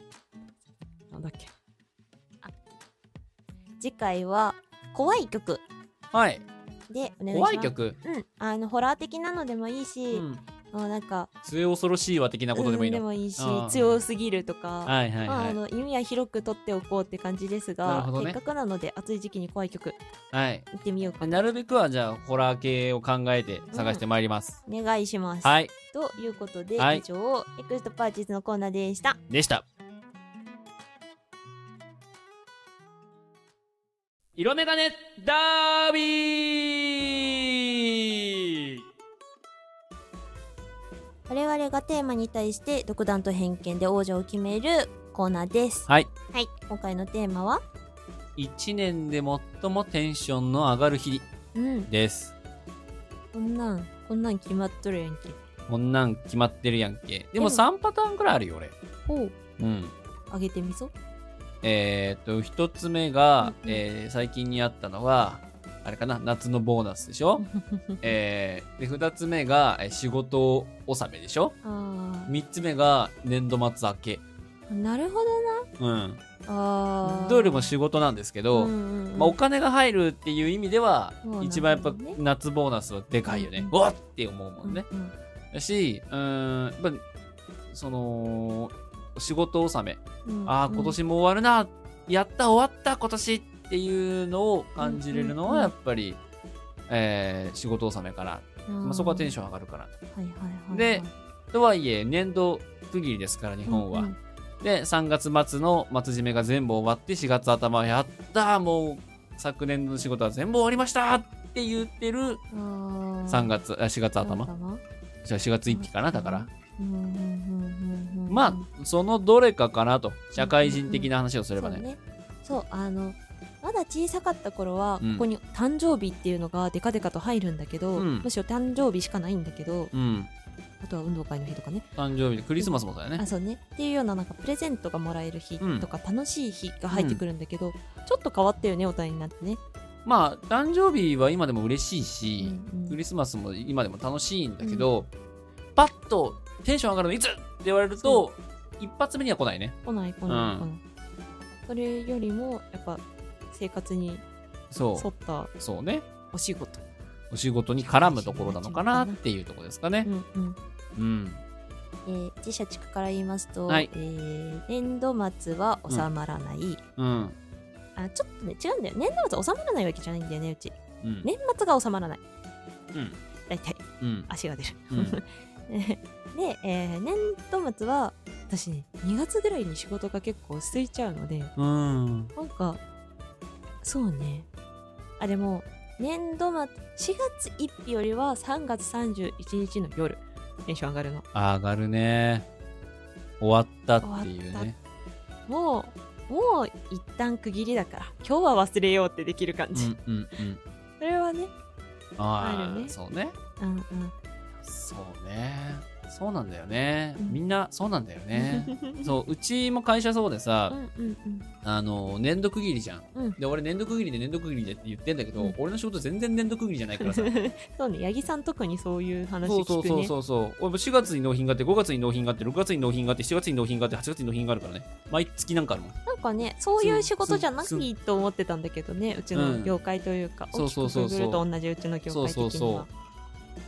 S2: なんだっけ。あ次回は、怖い曲
S1: はい。
S2: でお願いしま
S1: 怖
S2: す。
S1: い曲。
S2: うん。あの、ホラー的なのでもいいし、
S1: うん。
S2: もうなんか、
S1: 末恐ろしいわ的なことでもいい
S2: うん
S1: の。
S2: もいいし
S1: あー、
S2: 強すぎるとか、
S1: はいはい
S2: まあ、あ
S1: は
S2: の意味は広く取っておこうって感じです
S1: なる
S2: が
S1: ほ、どね
S2: せっかくなので暑い時期に怖い曲
S1: い。はい。
S2: 行ってみようかな
S1: なるべくはじゃあ、ホラー系を考えて探してまいります。
S2: お願いします、
S1: はい。
S2: ということで、
S1: はい
S2: 以上ネクストパーチーズのコーナーでした
S1: でした。色眼鏡ダービー
S2: 我々がテーマに対して独断と偏見で王者を決めるコーナーです。
S1: はい。
S2: はい。今回のテーマは
S1: 一年で最もテンションの上がる日
S2: うん。
S1: です。
S2: こんなん、こんなん決まっとるやんけ。
S1: こんなん決まってるやんけ。で
S2: で
S1: も
S2: も
S1: 3パターンくらいあるよ、俺。
S2: ほう。
S1: うん。
S2: あげてみそ。
S1: えーっと、一つ目が、
S2: うんうん
S1: えー最近にあったのは、あれかな、夏のボーナスでし ょえーで、二つ目が、えー仕事納めでしょ
S2: あ
S1: 三つ目が、年度末明け。
S2: あ。なるほどな。
S1: うん。
S2: ああ。
S1: どれも仕事なんですけど、
S2: うんうんうん
S1: まあ、お金が入るっていう意味では、
S2: そうなんだね
S1: 一番やっぱ夏ボーナスはでかいよね。
S2: うん
S1: うわっって思うもんね。
S2: うんうん
S1: だし、うーん、まあ、その、仕事納め。
S2: うんうん
S1: ああ、今年も終わるな、やった、終わった、今年っていうのを感じれるの
S2: うんう
S1: は、
S2: んうん
S1: やっぱり、えー仕事納めかな。まあ、そこはテンション上がるかな。
S2: はいはいはいはい。
S1: でとはいえ、年度区切りですから、日本は。
S2: うんうん
S1: で、3月末の末締めが全部終わって、4月頭、やったー、もう、昨年度の仕事は全部終わりましたって言ってる3月、あ4月頭。じゃあ4月1日かな、だから。まあ、そのどれかかなと。社会人的な話をすれば
S2: そう
S1: ね。
S2: ねそうあのまだ小さかった頃はこ
S1: うん
S2: こに誕生日っていうのがデカデカと入るんだけど、
S1: うん
S2: むしろ誕生日しかないんだけど
S1: うん。
S2: あとは運動会の日とかね
S1: 誕生日でクリスマスもだよ
S2: あ
S1: ね。
S2: そうねっていうようななんかプレゼントがもらえる日
S1: うん
S2: とか楽しい日が入ってくるんだけど、ちょっと変わったよね大人になってね、
S1: まあ、誕生日は今でも嬉しいうし、
S2: んうん
S1: クリスマスも今でも楽しいんだけど、パッとテンション上がるのいつって言われると、一発目には来ないね。
S2: 来ない来ない、
S1: うん
S2: 来ないそれよりもやっぱ生活に
S1: そ
S2: 沿った
S1: う。そうね。
S2: お仕事、
S1: お仕事に絡むところなのかなっていうところですかね
S2: う。んうん
S1: うん。
S2: えー、自社地区から言いますと、
S1: はい
S2: えー年度末は収まらない、
S1: うん。
S2: あちょっとね違うんだよ年度末収まらないわけじゃないんだよねうち
S1: うん。
S2: 年末が収まらない
S1: うん。
S2: 大体
S1: うん。
S2: 足が出る、
S1: うん
S2: で、えー年度末は私ね2月ぐらいに仕事が結構空いちゃうので
S1: うん。
S2: なんかそうねあでも年度末4月1日よりは3月31日の夜テンション上がるの
S1: 上がるね。終わったっていう
S2: 終わっ
S1: ね。
S2: もうもう一旦区切りだから今日は忘れようってできる感
S1: う
S2: じ、
S1: んうんうん。
S2: それはね
S1: あ
S2: あ
S1: あ、
S2: るね
S1: そうね。
S2: うんうん
S1: そうね。そうなんだよね。
S2: うん
S1: みんなそうなんだよね。そう、うちも会社そうで
S2: う
S1: さ、
S2: んうんうん
S1: あの、年度区切りじゃん。
S2: うん
S1: で、俺年度区切りで年度区切りでって言ってんだけど、
S2: うん
S1: 俺の仕事全然年度区切りじゃないからさ。
S2: そうね、八木さん特にそういう話
S1: そうそ
S2: 聞
S1: う
S2: く
S1: そう
S2: ね。
S1: そうそう。俺も4月に納品があって、5月に納品があって、6月に納品があって、7月に納品があって、8月に納品があるからね。毎月なんかあるもん。
S2: なんかね、そういう仕事じゃな
S1: そう
S2: いと思ってたんだけどね、うち
S1: う
S2: の
S1: ん
S2: 業界というか、
S1: そうそうそうそう
S2: 大きくくぐると同じうちの業界的に
S1: そう
S2: は。
S1: そうそう。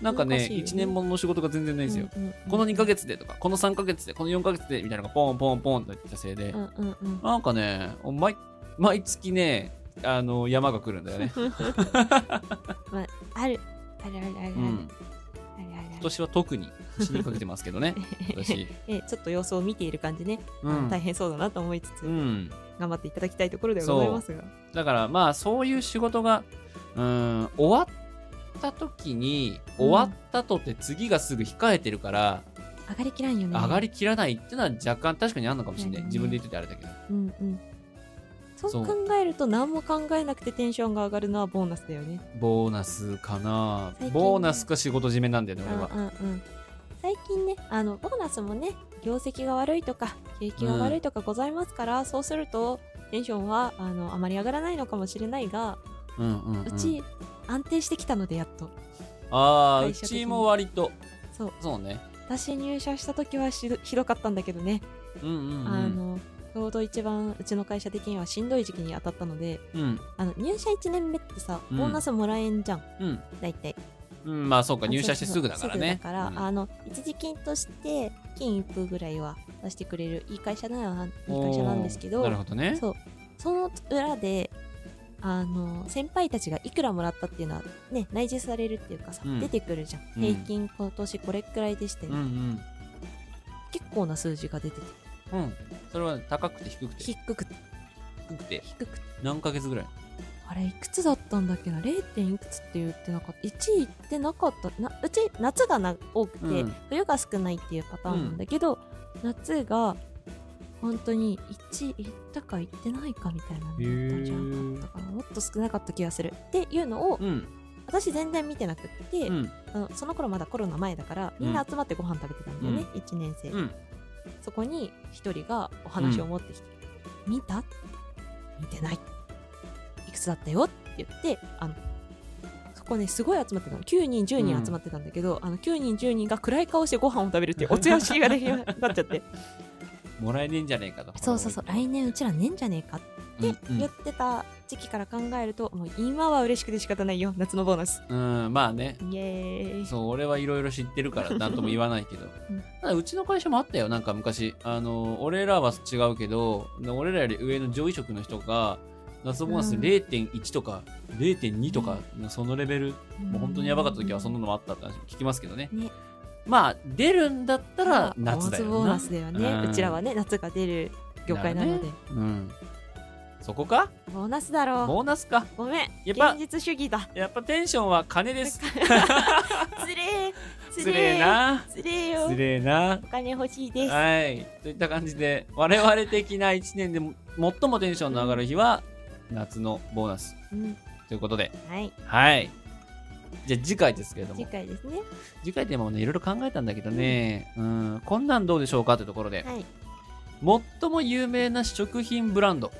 S1: なんかね、
S2: 難しいよね
S1: 1年ものの仕事が全然ないんですよ。
S2: うんうん
S1: この2ヶ月でとか、この3ヶ月で、この4ヶ月でみたいなのがポンポンポンといったせいで
S2: う、んうんうん。
S1: なんかね、毎毎月ね、あの山が来るんだよ ね。
S2: ある、あるあるあるある
S1: う。ん、
S2: あるあるあ
S1: 今
S2: る
S1: 年は特に死にかけてますけど ね、私。
S2: えちょっと様子を見ている感じね、
S1: うん
S2: 大変そうだなと思いつつ、
S1: うん、
S2: 頑張っていただきたいところではございますが。
S1: だからまあそういう仕事が、うん、終わった時に終わったとて次がすぐ控えてるから、
S2: 上がりきらんよね。
S1: 上がりきらないっていうのは若干確かにあるのかもしれない、
S2: うん
S1: 自分で言っててあれだけど
S2: うんうん。そう
S1: そう
S2: 考えると何も考えなくてテンションが上がるのはボーナスだよね。
S1: ボーナスかな
S2: 最近
S1: ボーナスか仕事締めなんだよね俺は
S2: うんうんうん、最近ねあのボーナスもね業績が悪いとか景気が悪いとかございますから、そうするとテンションはあのあまり上がらないのかもしれないが、
S1: うんうんうん
S2: うち安定してきたのでやっと
S1: ああう
S2: 会社的に
S1: ちも割と
S2: そう
S1: そうね
S2: 私入社した時はしどひどかったんだけどね、
S1: うんうんうん
S2: あのちょうど一番うちの会社的にはしんどい時期に当たったので
S1: うん
S2: あの入社1年目ってさ
S1: うん
S2: ボーナスもらえんじゃん、
S1: うん
S2: 大体
S1: うんまあそうか入社してすぐだからね
S2: そうそうそうすぐだから、
S1: うん
S2: あの一時金として金一封ぐらいは出してくれるいい会社ならいい会社なんですけど
S1: おーなるほどね
S2: そうその裏であの先輩たちがいくらもらったっていうのはね内示されるっていうかさ、
S1: うん
S2: 出てくるじゃん、
S1: うん
S2: 平均今年これくらいでして、
S1: うんうん
S2: 結構な数字が出てて
S1: うんそれは高くて低くて
S2: 低くて
S1: 低くて
S2: 低くて
S1: 何ヶ月ぐらい
S2: あれいくつだったんだっけな 0. 点いくつって言ってなかった1位ってなかったなうち夏がな多くて、
S1: うん
S2: 冬が少ないっていうパターンなんだけど、夏が本当に1行ったか行ってないかみたいなのだったんじゃなかったかなもっと少なかった気がするっていうのを
S1: うん
S2: 私全然見てなくって、
S1: うん
S2: あのその頃まだコロナ前だからみんな集まってご飯食べてたんだよね、1年生、
S1: うん
S2: そこに1人がお話を持ってきて、見た見てないいくつだったよって言ってあのそこねすごい集まってたの9人10人集まってたんだけど、あの9人10人が暗い顔してご飯を食べるっ ていうお通夜式ができなくなっちゃって
S1: もらえねえんじゃねえかと
S2: そうそうそう来年うちらねえんじゃねえかって
S1: うん
S2: 言ってた時期から考えると、もう今は嬉しくて仕方ないよ夏のボーナス
S1: うん、うん、まあね
S2: イエーイ
S1: そう俺はいろいろ知ってるから何とも言わないけど、
S2: うん
S1: ただうちの会社もあったよなんか昔あの俺らは違うけど俺らより上の上位職の人が夏ボーナス
S2: うん
S1: 0.1とか0.2とか、そのレベルもう本当にやばかった時はそんなのもあったって話も聞きますけどね
S2: ね
S1: まあ出るんだったら
S2: まあ
S1: 夏だよな
S2: ボーナスだよね、
S1: う
S2: うんちらはね夏が出る業界なので
S1: うん、そこか
S2: ボーナスだろ
S1: ボーナスか
S2: うごめん
S1: やっぱ
S2: 現実主義だ
S1: やっぱテンションは金です
S2: つれー
S1: つれえな
S2: つれーよ
S1: つれえな
S2: お金欲しいです
S1: はいといった感じで我々的な1年でも最もテンションの上がる日は夏のボーナス
S2: うん
S1: ということで
S2: はい
S1: はいじゃあ次回ですけれど
S2: 次
S1: も
S2: 回ですね
S1: 次回でもねいろいろ考えたんだけどね、うん、こんなんどうでしょうかというところで、
S2: はい
S1: 最も有名な食品ブランド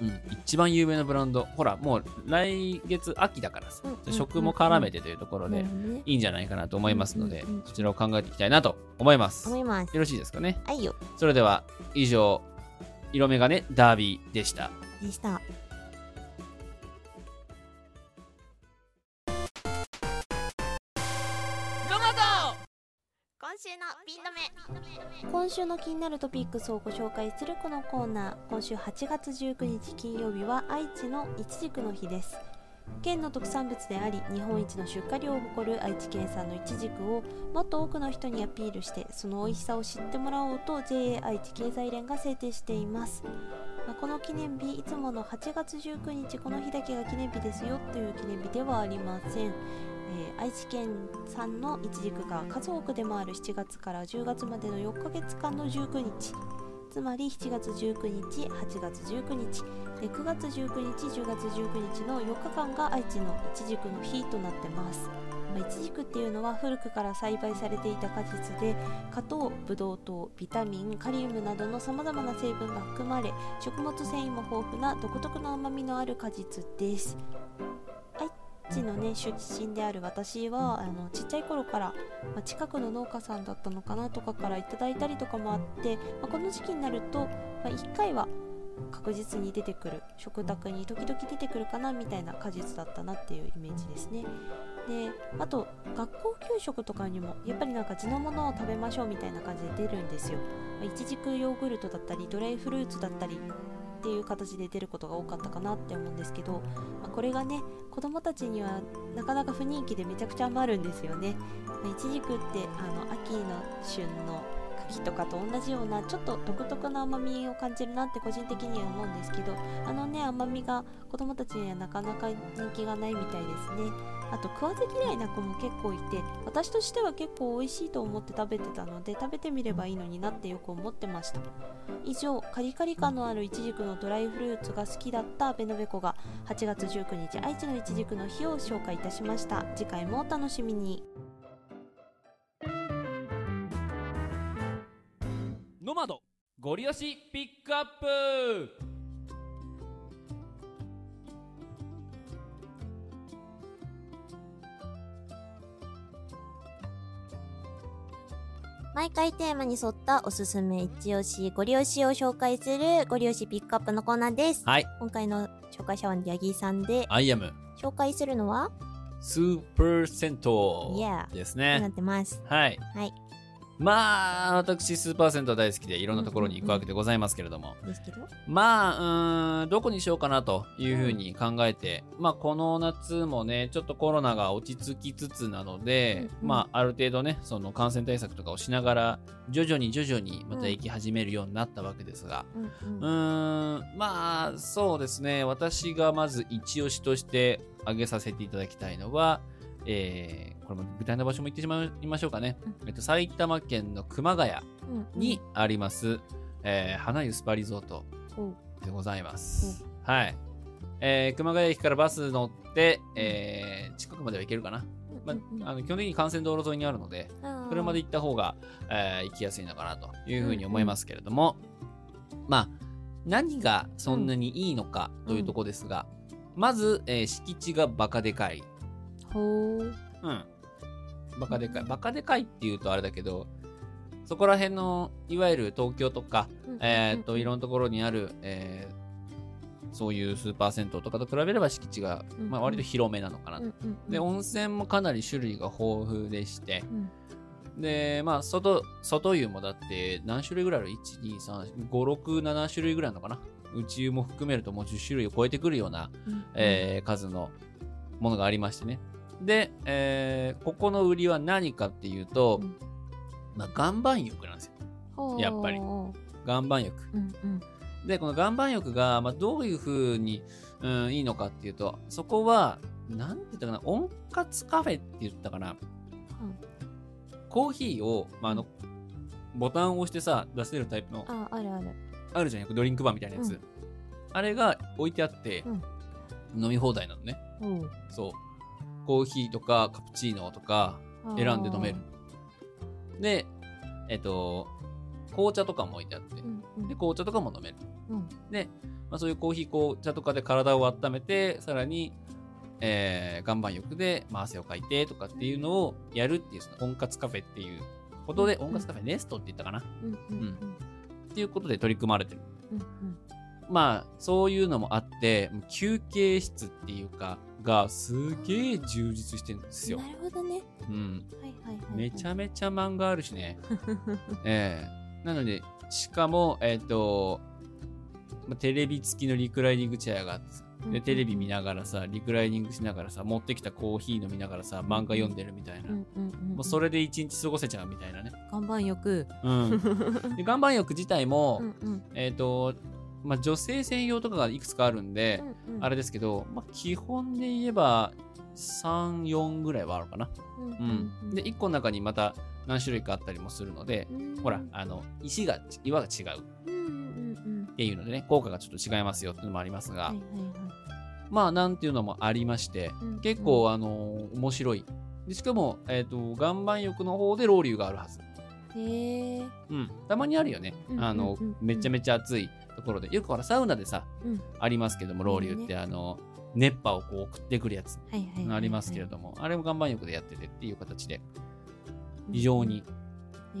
S1: うん、一番有名なブランドほらもう来月秋だからさ、
S2: うんうんうん
S1: 食も絡めてというところで、
S2: なるほどね
S1: いいんじゃないかなと思いますので、
S2: うんうんうん
S1: そちらを考えていきたいなと思います。
S2: 思
S1: よ
S2: います
S1: ろしいですかね。
S2: はいよ
S1: それでは以上、色眼鏡ダービーでした。
S2: でした今週のピン止め今週の気になるトピックスをご紹介するこのコーナー今週8月19日金曜日は愛知のいちじくの日です県の特産物であり日本一の出荷量を誇る愛知県産のいちじくをもっと多くの人にアピールしてその美味しさを知ってもらおうと JA 愛知経済連が制定していますまあこの記念日いつもの8月19日この日だけが記念日ですよという記念日ではありませんえー愛知県産のいちじくが数多く出回る7月から10月までの4ヶ月間の19日つまり7月19日8月19日で9月19日10月19日の4日間が愛知のいちじくの日となってますまあいちじくっていうのは古くから栽培されていた果実で果糖ブドウ糖ビタミンカリウムなどのさまざまな成分が含まれ食物繊維も豊富な独特の甘みのある果実です父のね出身である私はあのちっちゃい頃から、まあ近くの農家さんだったのかなとかからいただいたりとかもあって、まあこの時期になると、まあ、1回は確実に出てくる食卓に時々出てくるかなみたいな果実だったなっていうイメージですね。であと学校給食とかにもやっぱりなんか地のものを食べましょうみたいな感じで出るんですよ。まあいちじくヨーグルトだったりドライフルーツだったりっていう形で出ることが多かったかなって思うんですけど、まあこれがね子供たちにはなかなか不人気でめちゃくちゃ余るんですよね。まあいちじくってあの秋の旬の柿とかと同じようなちょっと独特な甘みを感じるなって個人的には思うんですけどあのね甘みが子供たちにはなかなか人気がないみたいですね。あと食わず嫌いな子も結構いて私としては結構美味しいと思って食べてたので食べてみればいいのになってよく思ってました以上カリカリ感のあるイチジクのドライフルーツが好きだったベノベコが8月19日愛知のいちじくの日を紹介いたしました次回もお楽しみに
S1: ノマドゴリ押しピックアップ
S2: 毎回テーマに沿ったおすすめ一押しご利用しを紹介するご利用しピックアップのコーナーです
S1: はい、
S2: 今回の紹介者はヤギさんで
S1: アイアム
S2: 紹介するのは
S1: スーパー銭湯
S2: Yeah
S1: です
S2: になっ
S1: ね。
S2: てます
S1: はい。
S2: はい
S1: まあ、私、スーパー銭湯大好きでいろんなところに行くわけでございますけれども、
S2: ですけど
S1: まあ、うーん、どこにしようかなというふうに考えて、まあ、この夏もね、ちょっとコロナが落ち着きつつなので、
S2: うんうん
S1: まあ、ある程度ね、その感染対策とかをしながら、徐々に徐々にまた行き始めるようになったわけですが、
S2: うん
S1: う
S2: うん
S1: ーん、まあ、そうですね、私がまず一押しとして挙げさせていただきたいのは、えーこれも具体の場所も言ってしまいましょうかね、えっと、埼玉県の熊谷
S2: うんうん
S1: にあります、えー花湯スパリゾート
S2: お
S1: でございます。はい。えー熊谷駅からバス乗って、えー近くまでは行けるかな。ま
S2: うんうん
S1: あ、あの基本的に幹線道路沿いにあるので、
S2: あー
S1: 車で行った方が、えー行きやすいのかなというふうに思いますけれども、まあ、何がそんなにいいのかというとこですが、まず、えー敷地がバカでかい。
S2: ほう
S1: うん。バカでかい。バカでかいっていうとあれだけど、そこら辺の、いわゆる東京とか、えーっと、いろんなところにある、えーそういうスーパー銭湯とかと比べれば敷地が、
S2: うん
S1: まあ、割と広めなのかな
S2: うんうんうん
S1: で、温泉もかなり種類が豊富でして、
S2: うん
S1: で、まあ、外、外湯もだって何種類ぐらいある ?1、2、3、5、6、7種類ぐらいあるのかな内湯も含めるともう10種類を超えてくるような、
S2: うん
S1: えー数のものがありましてね。で、えーここの売りは何かっていうと、
S2: うん
S1: まあ、岩盤浴なんですよ。やっぱり
S2: ほう
S1: 岩盤浴。
S2: うんうん
S1: で、この岩盤浴が、まあ、どういうふうに、うん、いいのかっていうと、そこは、なんて言ったかな、温活カフェって言ったかな。コーヒーを、まあ、あの、ボタンを押してさ、出せるタイプの、
S2: ああるある
S1: あるじゃん、よくドリンクバーみたいなやつ。
S2: うん
S1: あれが置いてあって、飲み放題なのね。
S10: うん
S1: そう。コーヒーとかカプチーノとか
S10: あー
S1: 選んで飲める。で、えっと、紅茶とかも置いてあって
S2: う、んうん
S1: で、紅茶とかも飲める。
S10: うん
S1: で、まあ、そういうコーヒー、紅茶とかで体を温めて、さらに、えー岩盤浴で、まあ、汗をかいてとかっていうのをやるっていう、その温活カフェっていうことで、
S2: うん
S1: 温活カフェネストって言ったかな、
S2: うんうんうん
S1: っていうことで取り組まれてる。
S2: うんうん
S1: まあ、そういうのもあって、休憩室っていうか、がすげえ充実してるんですよ
S2: な。るほどね
S1: うん。
S2: はいはいはいはい
S1: め ちゃめちゃ漫画あるしね。ええなので、しかも、えっ、と、まあテレビ付きのリクライニングチェアがあってさ、
S2: うんう
S1: で、
S2: ん
S1: テレビ見ながらさ、リクライニングしながらさ、持ってきたコーヒー飲みながらさ、漫画読んでるみたいな。
S10: うんうんうん
S1: もうそれで一日過ごせちゃうみたいなね。
S10: 岩盤浴
S1: うん。 で岩盤浴自体も、
S2: うんうん
S1: えっ、と、まあ、女性専用とかがいくつかあるんで、
S2: うんうん
S1: あれですけど、まあ、基本で言えば3、4ぐらいはあるかな。
S2: うん
S1: うん。で、1個の中にまた何種類かあったりもするので、
S2: うん
S1: ほら、あの、石が、岩が違うっ
S2: うんうんうん
S1: ていうのでね、効果がちょっと違いますよっていうのもありますが、
S2: はいはいはい
S1: まあ、なんていうのもありまして、
S2: うんうん
S1: 結構、あの面白い。でしかも、えっ、と、岩盤浴の方でロウリュがあるはず。
S2: へえ
S1: うん。たまにあるよね
S2: うんう。ん
S1: あの
S2: うんうん、
S1: めちゃめちゃ暑いところで。よくほら、サウナでさ、
S2: うん
S1: ありますけども、ロウリュっ
S2: いい
S1: て、あの、熱波をこう送ってくるやつ。
S2: はいはいはいはい
S1: ありますけれども、あれも岩盤浴でやっててっていう形で、非常に、
S2: へ
S1: う
S2: え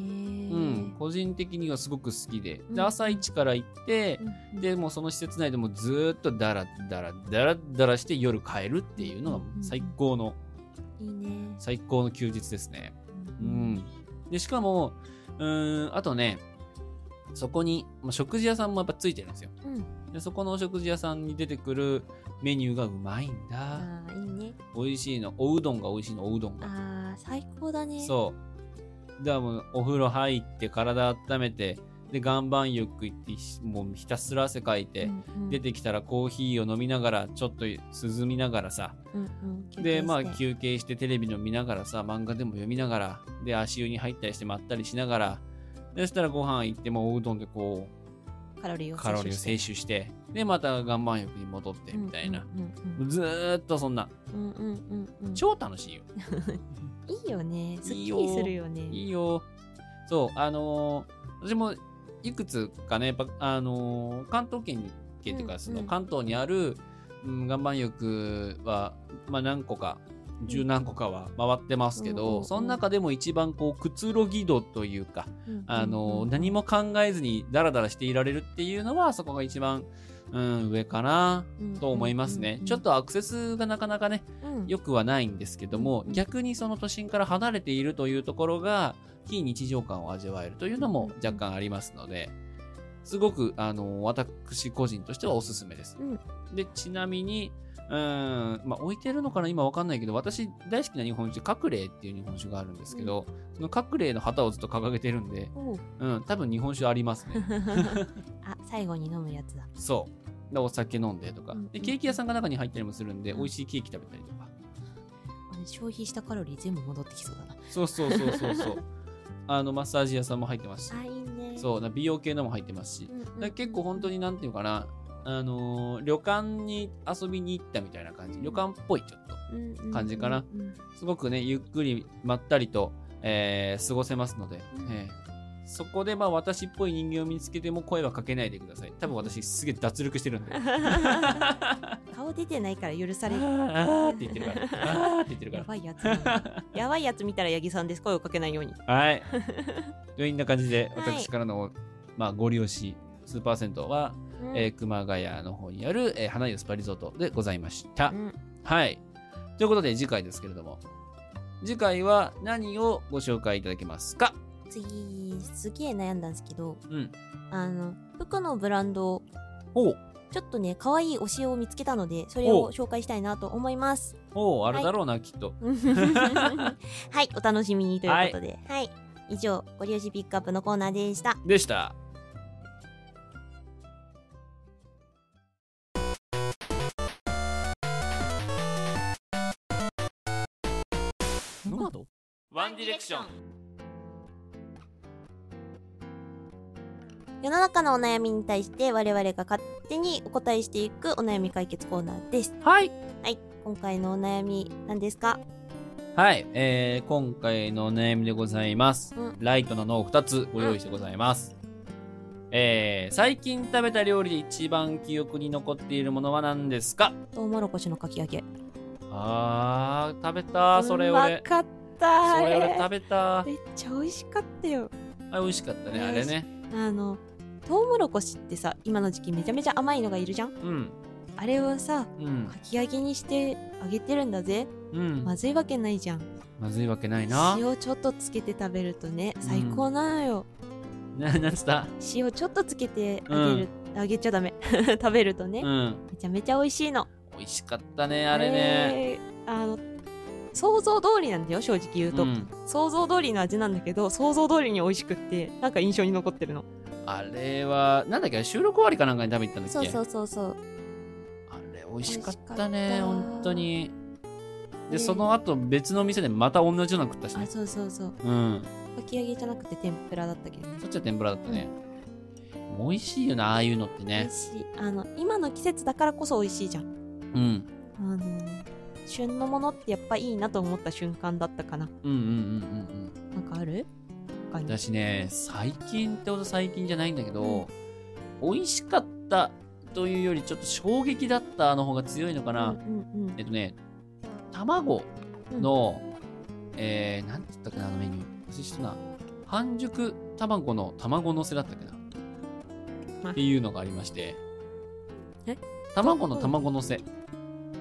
S1: ん、個人的にはすごく好きで、
S2: うん
S1: で、朝一から行って、で、もうその施設内でもずーっとダラダラダラダラして夜帰るっていうのが
S2: うん
S1: 最高の、
S2: いいね
S1: 最高の休日ですね。うん。で、しかも、うーん、あとね、そこに、まあ、食事屋さんもやっぱついてるんですよ。
S2: うん
S1: で、そこのお食事屋さんに出てくるメニューがうまいんだ。
S2: ああいいね
S1: 美味しいの。おうどんが美味しいの、おうどんが。
S2: ああ最高だね
S1: そう。だからもうお風呂入って体温めて、で、岩盤浴行って、ひもうひたすら汗かいて、
S2: うんうん
S1: 出てきたらコーヒーを飲みながら、ちょっと涼みながらさ、
S2: うんうん休憩
S1: で、まあ
S2: して
S1: 休憩してテレビの見ながらさ、漫画でも読みながら、で、足湯に入ったりしてまったりしながら、でそしたらご飯行って、もうおうどんでこ
S10: カロリー
S1: う、
S10: を
S1: カロリーを
S10: 摂
S1: 摂
S10: 取し
S1: 取して、で、また岩盤浴に戻ってて、みたいな。
S10: うんうん
S1: ずーっとそんな、
S2: うんうんうんうん
S1: 超楽しいよ。
S10: うんいいよねすっ
S1: いい
S10: き
S1: よ
S10: りするよね
S1: いいよ。そう、あのー私もいくつかね、やっぱ、あのー関東圏に、県っていう
S2: うんう
S1: か、
S2: ん
S1: その関東にある、うん、岩盤浴は、まあ何個か、十何個かは回ってますけど、
S2: うんうんうん
S1: その中でも一番こう、くつろぎ度というか、
S2: うんうんうん
S1: あのー何も考えずにダラダラしていられるっていうのは、そこが一番、うん、上かなと思いますね、
S2: うんうんうんうん
S1: ちょっとアクセスがなかなかね、
S2: うん
S1: よくはないんですけども、
S2: うんうん
S1: 逆にその都心から離れているというところが、非日常感を味わえるというのも若干ありますので、すごく、あの、私個人としてはおすすめです。で、ちなみに、うーん、まあ、置いてるのかな今わかんないけど、私大好きな日本酒、カクレイっていう日本酒があるんですけど、そのカクレイの旗をずっと掲げてるんで、
S10: おう
S1: うん、多分日本酒ありますね。
S10: あ最後に飲むやつだ
S1: そう。で、お酒飲んでとか
S10: うん。
S1: で、ケーキ屋さんが中に入ったりもするんで、
S10: うん
S1: 美味しいケーキ食べたりとか。
S10: あれ消費したカロリー全部戻ってきそうだな
S1: そうそうそうそうそう。 あの、マッサージ屋さんも入ってますし、
S2: あいいね
S1: そう、な美容系のも入ってますし、だか
S2: うんうん
S1: ら結構本当になんていうかな、あのー旅館に遊びに行ったみたいな感じ、旅館っぽいちょっと。
S2: うんうんうん
S1: 感じか な
S2: うん
S1: すごくね、ゆっくりまったりと、えー過ごせますので、
S2: うん
S1: えーそこでまあ私っぽい人間を見つけても声はかけないでください。多分私すげえ脱力してるん で。あ
S10: 顔出てないから許される
S1: ーあーって言ってるから。あーって言ってる
S10: や
S1: か
S10: ばいやつなん だやばいやつ見たら八木さんです声をかけないように
S1: ら。はい。というんな感じで、
S10: はい
S1: 私からの、まあ、ご利用し、スーパー銭湯は、
S2: うん
S1: えー熊谷の方にある、えー花湯スパリゾートでございました。
S10: うん
S1: はい。ということで次回ですけれども、次回は何をご紹介いただけますか
S10: 次すげえ悩んだんですけど
S1: うん。
S10: あの服のブランド
S1: おう、
S10: ちょっとね可愛い推しを見つけたのでそれを紹介したいなと思い ます
S1: おう、あれだろうな、きっと。
S10: はいお楽しみにということではい、以上ご利用しピックアップのコーナーでした
S1: でした。などワンディレクション
S11: 世の中のお悩みに対して我々が勝手にお答えしていくお悩み解決コーナーです。
S1: はい
S11: はい、今回のお悩み何ですか
S1: はい、えー、今回のお悩みでございます、
S11: うん
S1: ライトなのを2つご用意してございます、えー、最近食べた料理で一番記憶に残っているものは何ですか
S2: トウモロコシのかき揚げ
S1: あー食べたそれ
S2: うま
S1: 俺
S2: かった
S1: それ俺
S2: あ
S1: 食べたあ
S2: めっちゃ美味しかったよ
S1: 美味しかったねあれね
S2: あのトウモロコシってさ今の時期めちゃめちゃ甘いのがいるじゃん
S1: うん
S2: あれをさ
S1: うん
S2: かき揚げにして揚げてるんだぜ
S1: うん
S2: まずいわけないじゃん
S1: まずいわけないな
S2: 塩ちょっとつけて食べるとね最高なのよ、
S1: ななんつった
S2: 塩ちょっとつけて揚げる、揚げちゃダメ 食べるとね、
S1: うん
S2: めちゃめちゃ美味しいの
S1: 美味しかったねあれね、
S2: えーあの想像通りなんだよ正直言うと、
S1: うん
S2: 想像通りの味なんだけど想像通りに美味しくってなんか印象に残ってるの
S1: あれはなんだっけ収録終わりかなんかに食べに行ったんだっ
S11: そう
S1: け
S11: そうそうそう。
S1: あれ美味しかったね
S2: 美味しかった
S1: 本当にで、
S2: ね
S1: その後別の店でまた同じようなの食ったし
S2: あ
S1: ね
S2: そうそうそう
S1: うん
S2: かき揚げじゃなくて天ぷらだったけど
S1: そっちは天ぷらだったね、美味しいよなああいうのって
S2: 美
S1: ね
S2: 味しいあの今の季節だからこそ美味しいじゃん
S1: うん
S2: あの旬のものってやっぱいいなと思った瞬間だったかな
S1: うんうんうんうんうん
S2: なんかある他に
S1: 私ね最近ってほど最近じゃないんだけど、美味しかったというよりちょっと衝撃だったの方が強いのかな、
S2: うんうん
S1: えっとね卵の、えー、なんて言ったっけなあのメニュー忘れしたな半熟卵の卵のせだったっけな
S2: あ
S1: っていうのがありまして
S2: え
S1: 卵の卵のせ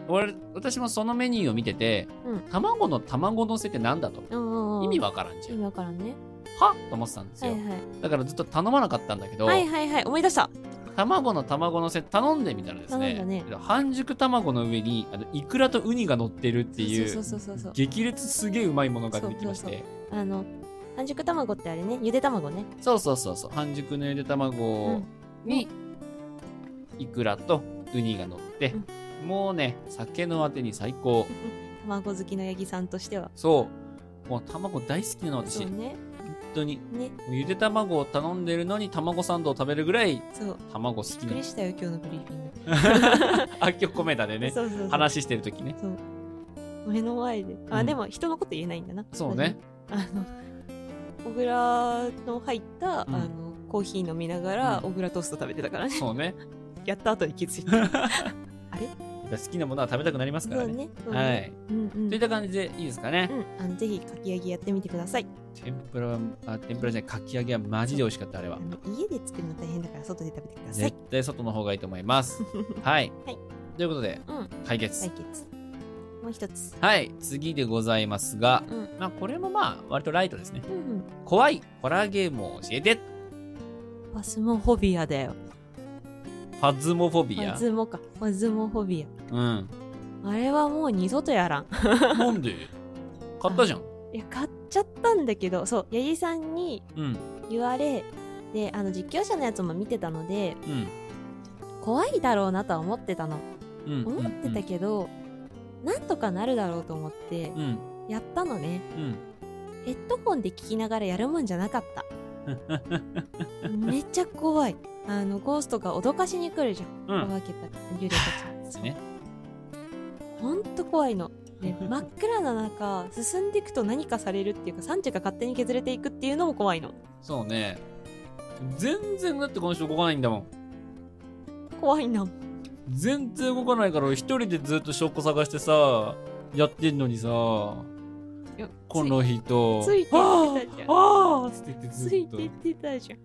S1: 俺私もそのメニューを見てて、
S2: うん
S1: 卵の卵のせってなんだと
S2: うん
S1: 意味わからんじゃ
S2: 意
S1: ん
S2: 味わからんね
S1: はと思ってたんです
S2: は
S1: よ、
S2: いはい
S1: だからずっと頼まなかったんだけど、
S2: はいはいはい思い出した
S1: 卵の卵のせ頼んでみたらですね
S2: 頼んだね
S1: 半熟卵の上にあのイクラとウニが乗ってるっていう
S2: そうそうそうそうそう
S1: 激烈すげえうまいものが出てきまして
S2: あの半熟卵ってあれねゆで卵ね
S1: そうそうそうそう半熟のゆで卵にイクラとウニが乗って、もうね酒のあてに最高
S2: 卵好きの八木さんとしては
S1: そうもう卵大好きなの私
S2: そう
S1: 本
S2: ね
S1: 当に
S2: ね
S1: もうゆで卵を頼んでるのに卵サンドを食べるぐらい
S2: そう
S1: 卵好き
S2: びっく
S1: な
S2: りしたよ今日のブリーフィング、
S1: あ今日米だでね
S2: そうそうそう
S1: 話してる時ね
S2: そう目の前であ、
S1: うん
S2: でも人のこと言えないんだな
S1: そうね
S2: あの小倉の入った、
S1: うん
S2: あのコーヒー飲みながら、
S1: うん
S2: 小倉トースト食べてた からね
S1: そうね
S2: やった後に気づいたあれ
S1: やっぱ好きなものは食べたくなりますか
S2: そ
S1: ら
S2: う
S1: ね。
S2: ねそうね
S1: はい。
S2: うんうん
S1: といった感じでいいですかね。
S2: うん、あのぜひかき揚げやってみてください
S1: 天ぷらは、あ、天ぷらじゃない、かき揚げはマジで美味しかった、あれ
S2: あ
S1: は。
S2: の家で作るの大変だから外で食べてください
S1: 絶対外の方がいいと思い ます。はい。
S2: はい
S1: ということで、
S2: うん
S1: 解決。
S2: 解決もう一つ
S1: はい、次でございますが、
S2: う
S1: まあ、これもまあ、割とライトですね。
S2: んうん
S1: 怖いホラーゲームを教えて
S2: パスモフォビアだよ
S1: ファズモフォビ
S2: パ
S1: ア。
S2: ズモかパズモフォビ
S1: うん。
S2: アあれはもう二度とやらん
S1: なんで買ったじゃん。
S2: いや買っちゃったんだけどそう八木さんに
S1: うん。
S2: 言われであの実況者のやつも見てたので
S1: うん。
S2: 怖いだろうなとは思ってたの
S1: うん。
S2: 思ってたけど、なんとかなるだろうと思って
S1: うん。
S2: やったのね
S1: うん。
S2: ヘッドホンで聞きながらやるもんじゃなかった めっちゃ怖いあのゴーストが脅かしに来るじゃん
S1: うん。うん。
S2: 分けた幽霊たち
S1: ね
S2: ほんと怖いの。 で真っ暗な中進んでいくと何かされるっていうか産地が勝手に削れていくっていうのも怖いの
S1: そうね。全然だってこの人動かないんだもん。
S2: 怖いな
S1: 全然動かないから俺一人でずっと証拠探してさやってんのにさ
S2: いや
S1: この人
S2: ついついてってたじゃん
S1: あーあーつって言ってずっ
S2: つい
S1: と
S2: てってたじゃん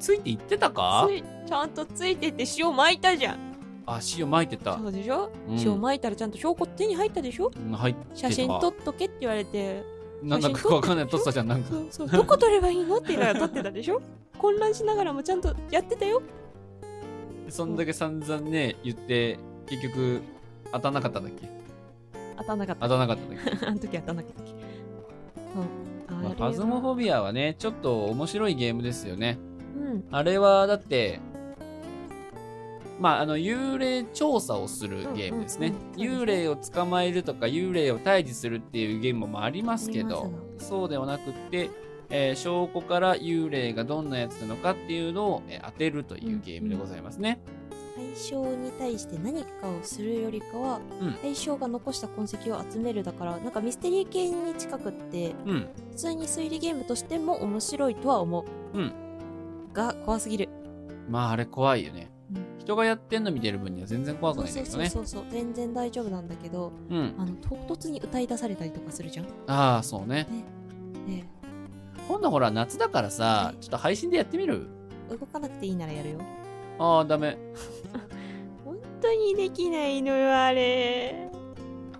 S1: ついていってたか
S2: ついちゃんとついてって塩撒いたじゃん
S1: あ塩まいてた
S2: そうでしょ、
S1: うん
S2: 塩撒いたらちゃんと証拠手に入ったでしょ
S1: うん入ってた
S2: 写真撮っとけって言われて
S1: なんだ
S2: 写真撮っ
S1: かわかんない撮ってたじゃんなんか
S2: そうそうどこ撮ればいいのって言いながら撮ってたでしょ 混乱しながらもちゃんとやってたよ
S1: そんだけ散々ね言って結局当たんなかったんだっけ
S2: 当たんなかった
S1: 当たんなかったんだっけ
S2: あの時当たんなかったっけそうあれ
S1: まあ
S2: は
S1: パズモフォビアはねちょっと面白いゲームですよね
S2: うん
S1: あれはだってまあ、あの幽霊調査をするゲームですね、
S10: うんうんうん
S1: 幽霊を捕まえるとか幽霊を退治するっていうゲームもありますけ
S10: あ
S1: ど
S10: りま
S1: そうではなくって、えー証拠から幽霊がどんなやつなのかっていうのを、えー当てるというゲームでございますね、
S10: 対象に対して何かをするよりかは、
S1: うん
S10: 対象が残した痕跡を集めるだからなんかミステリー系に近くって
S1: うん、
S10: 普通に推理ゲームとしても面白いとは思う、
S1: うん
S10: が怖すぎる
S1: まああれ怖いよね
S10: うん
S1: 人がやってんの見てる分には全然怖く
S10: そう
S1: ないん
S10: そ
S1: だ
S10: う
S1: けど
S10: そう
S1: ね
S10: そうそう全然大丈夫なんだけど
S1: うん
S10: あの唐突に歌い出されたりとかするじゃんで
S1: ああそうね
S10: ね
S1: 今度ほら夏だからさちょっと配信でやってみる
S10: 動かなくていいならやるよ
S1: ああダメ
S10: 本当にできないのよあれ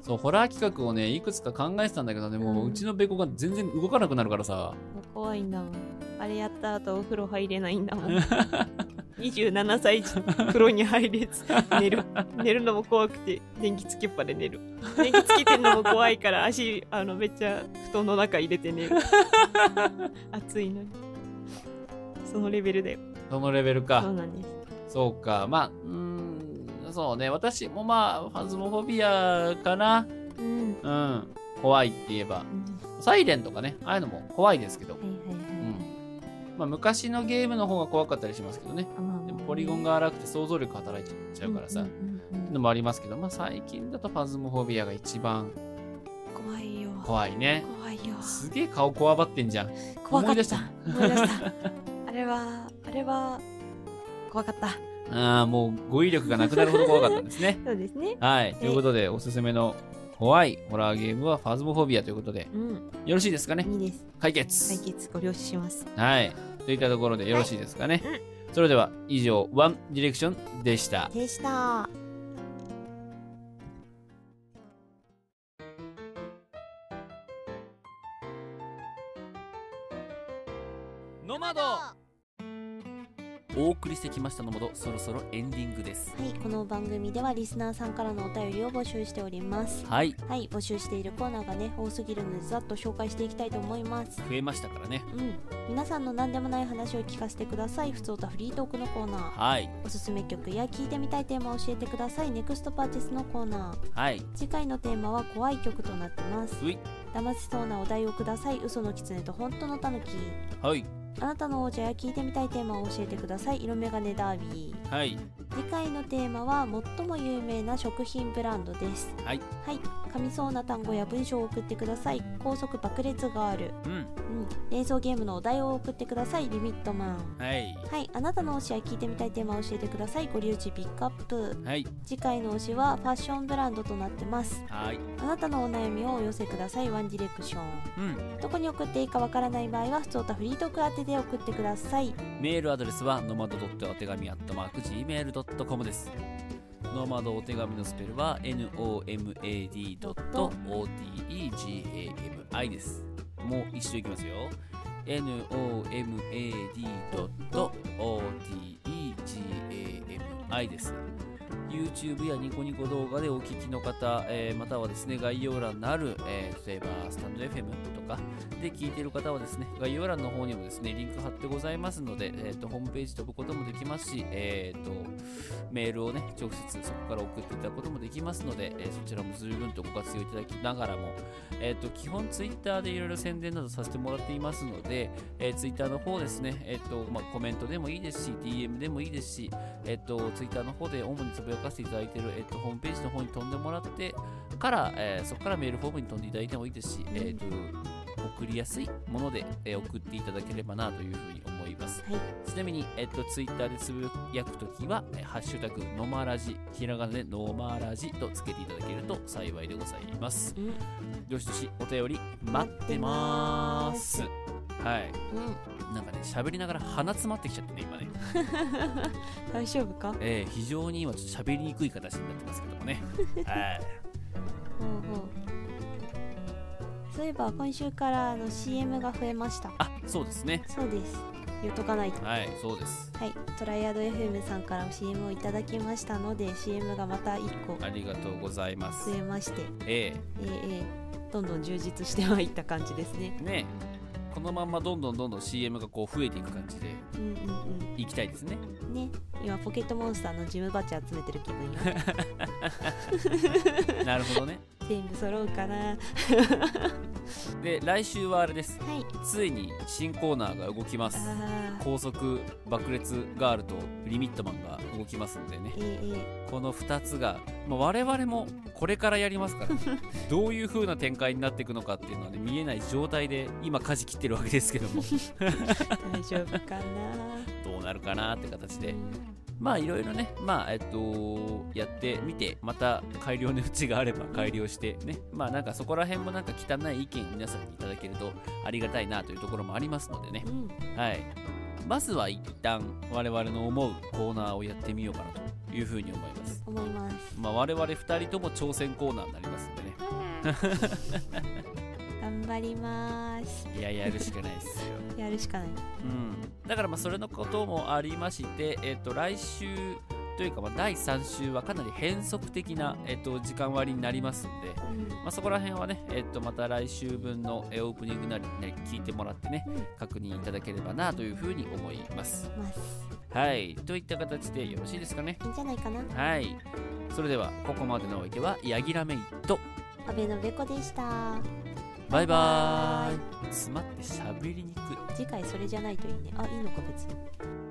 S1: そうホラー企画をねいくつか考えてたんだけどねもううちのべこが全然動かなくなるからさ
S10: もう怖いんだもんあれやった後お風呂入れないんだもん 27歳時風呂に入れず寝る寝るのも怖くて電気つけっぱで寝る電気つけてんのも怖いから足あのめっちゃ布団の中入れて 寝る暑いのにそのレベルで
S1: そのレベル
S10: そう
S1: か
S10: なんです
S1: そうかまあうーんそうね私もまあファズモフォビアかな
S10: うん
S1: うん怖いって言えばサイレンとかねああいうのも怖いですけど
S10: はいはい
S1: うん
S10: はい
S1: まあ昔のゲームの方が怖かったりしますけどね
S10: あまあまあ
S1: でもポリゴンが荒くて想像力働いちゃうからさ、
S10: うんうんうん
S1: のもありますけど、まあ、最近だとファズモフォビアが一番
S10: 怖いよ
S1: 怖い ね。
S10: 怖いよ
S1: すげえ顔こわばってんじゃん。
S10: 怖か
S1: 思
S10: っ
S1: い出したた
S10: 思い出した あれはあれは怖かった。
S1: ああ、もう語彙力がなくなるほど怖かったんですね
S10: そうですね
S1: はい。ということで、おすすめの怖いホラーゲームはファズモフォビアということで、
S10: うん
S1: よろしいですかね
S10: いいです
S1: 解決。
S10: 解決ご了承します
S1: はい。といったところでよろしいですかね。
S10: はいうん
S1: それでは、以上、ワンディレクションでした。
S10: でした
S1: ノマドお送りしてきましたのもど、そろそろエンディングです。
S2: はい、この番組ではリスナーさんからのお便りを募集しております。
S1: はい。
S2: はい、募集しているコーナーがね、多すぎるので、ざっと紹介していきたいと思います。
S1: 増えましたからね。
S2: うん、皆さんの何でもない話を聞かせてください。ふつおたフリートークのコーナー。
S1: はい。
S2: おすすめ曲や聞いてみたいテーマを教えてください。ネクストパーティスのコーナー。
S1: はい。
S2: 次回のテーマは怖い曲となってます。
S1: うい。
S2: 騙せそうなお題をください。嘘の狐と本当の狸。
S1: はい。
S2: あなたの王者や聞いてみたいテーマを教えてください。色眼鏡ダービー。
S1: はい。
S2: 次回のテーマは最も有名な食品ブランドです
S1: はい、
S2: はい、噛みそうな単語や文章を送ってください高速爆裂ガール、
S1: うん。
S2: うん、冷蔵ゲームのお題を送ってくださいリミットマン
S1: はい。
S2: はい、あなたの推しや聞いてみたいテーマを教えてくださいご留置ピックアップ
S1: はい。
S2: 次回の推しはファッションブランドとなってます
S1: はい。
S2: あなたのお悩みをお寄せくださいワンディレクション
S1: うん。
S2: どこに送っていいかわからない場合は普通たフリートーク宛てで送ってください
S1: メールアドレスはノマドドットお手紙アットマーク Gmail.com です。ノマドお手紙のスペルは nomad.otegami です。もう一度いきますよ。nomad.otegami です。YouTube やニコニコ動画でお聞きの方、えーまたはですね、概要欄のある、えー例えばスタンド FM とか、で聞いている方はですね、概要欄の方にもですね、リンク貼ってございますので、えー、とホームページ飛ぶこともできますし、えー、とメールをね、直接そこから送っていただくこともできますので、えーそちらも随分とご活用いただきながらも、えー、と基本 Twitter でいろいろ宣伝などさせてもらっていますので、えー、Twitter の方ですね、えーとまあ、コメントでもいいですし、DM でもいいですし、えー、と Twitter の方で主につぶやかせていただいている、えー、とホームページの方に飛んでもらってから、えーそこからメールフォームに飛んでいただいてもいいですし、えー、と送りやすいもので、えー送っていただければなというふうに思います、
S2: はい
S1: ちなみに、えっとツイッターでつぶやくときは、えーハッシュタグノマラジひらがなでノマラジとつけていただけると幸いでございます、
S2: うん
S1: どしどしお便り待ってますはい
S2: うん
S1: なんかね喋りながら鼻詰まってきちゃってね今ね、
S10: 大丈夫か
S1: えー非常に今ちょっと喋りにくい形になってますけども ねはい
S2: ほうほうそういえば今週からあの CM が増えました
S1: あそうですね
S2: そうです言っとかないと
S1: はいそうです
S2: はいトライアド FM さんから CM をいただきましたので CM がまた1個
S1: ありがとうございます
S2: 増えまして
S1: え
S2: えーえーどんどん充実してはいった感じですね
S1: ーねこのまんまどんどんどんどん CM がこう増えていく感じで
S2: うんうん
S1: いきたい ですね
S2: うんね今ポケットモンスターのジムバッジ集めてる気分よ
S1: なるほどね
S2: 全部揃うかなは
S1: で来週はあれです
S2: い
S1: ついに新コーナーが動きます
S2: あー
S1: 高速爆裂ガールとリミットマンが動きますんでね
S2: えー、え
S1: この2つが、まあ、我々もこれからやりますから、ね、どういう風な展開になっていくのかっていうのは、ね、見えない状態で今舵切ってるわけですけども
S2: ー、大丈夫か な
S1: どうなるかなって形で
S2: うん
S1: まあいろいろねまあえっとやってみてまた改良の余地があれば改良してねまあなんかそこら辺もなんか汚い意見皆さんにいただけるとありがたいなというところもありますのでね
S2: うん
S1: はいまずは一旦我々の思うコーナーをやってみようかなというふうに思います
S2: 思います
S1: まあ、我々2人とも挑戦コーナーになりますんでね。
S2: 頑張ります
S1: いや、やるしかないですよ。
S2: やるしかない
S1: うん。だから、まあ、それのこともありまして、えっ、と、来週というか、まあ、第3週はかなり変則的な、えっ、と、時間割になりますんで、
S2: うん
S1: まあ、そこら辺はね、えっ、と、また来週分のえーオープニングなり、なり聞いてもらってね
S2: うん、
S1: 確認いただければなというふうに思います。
S2: ます
S1: はい。といった形でよろしいですかね。
S2: いいんじゃないかな
S1: はい。それでは、ここまでのお相手は、ヤギラメイと、
S2: 阿部のべこでした
S1: バイバーイ詰まって喋りにくい
S2: 次回それじゃないといいねあいいのか別に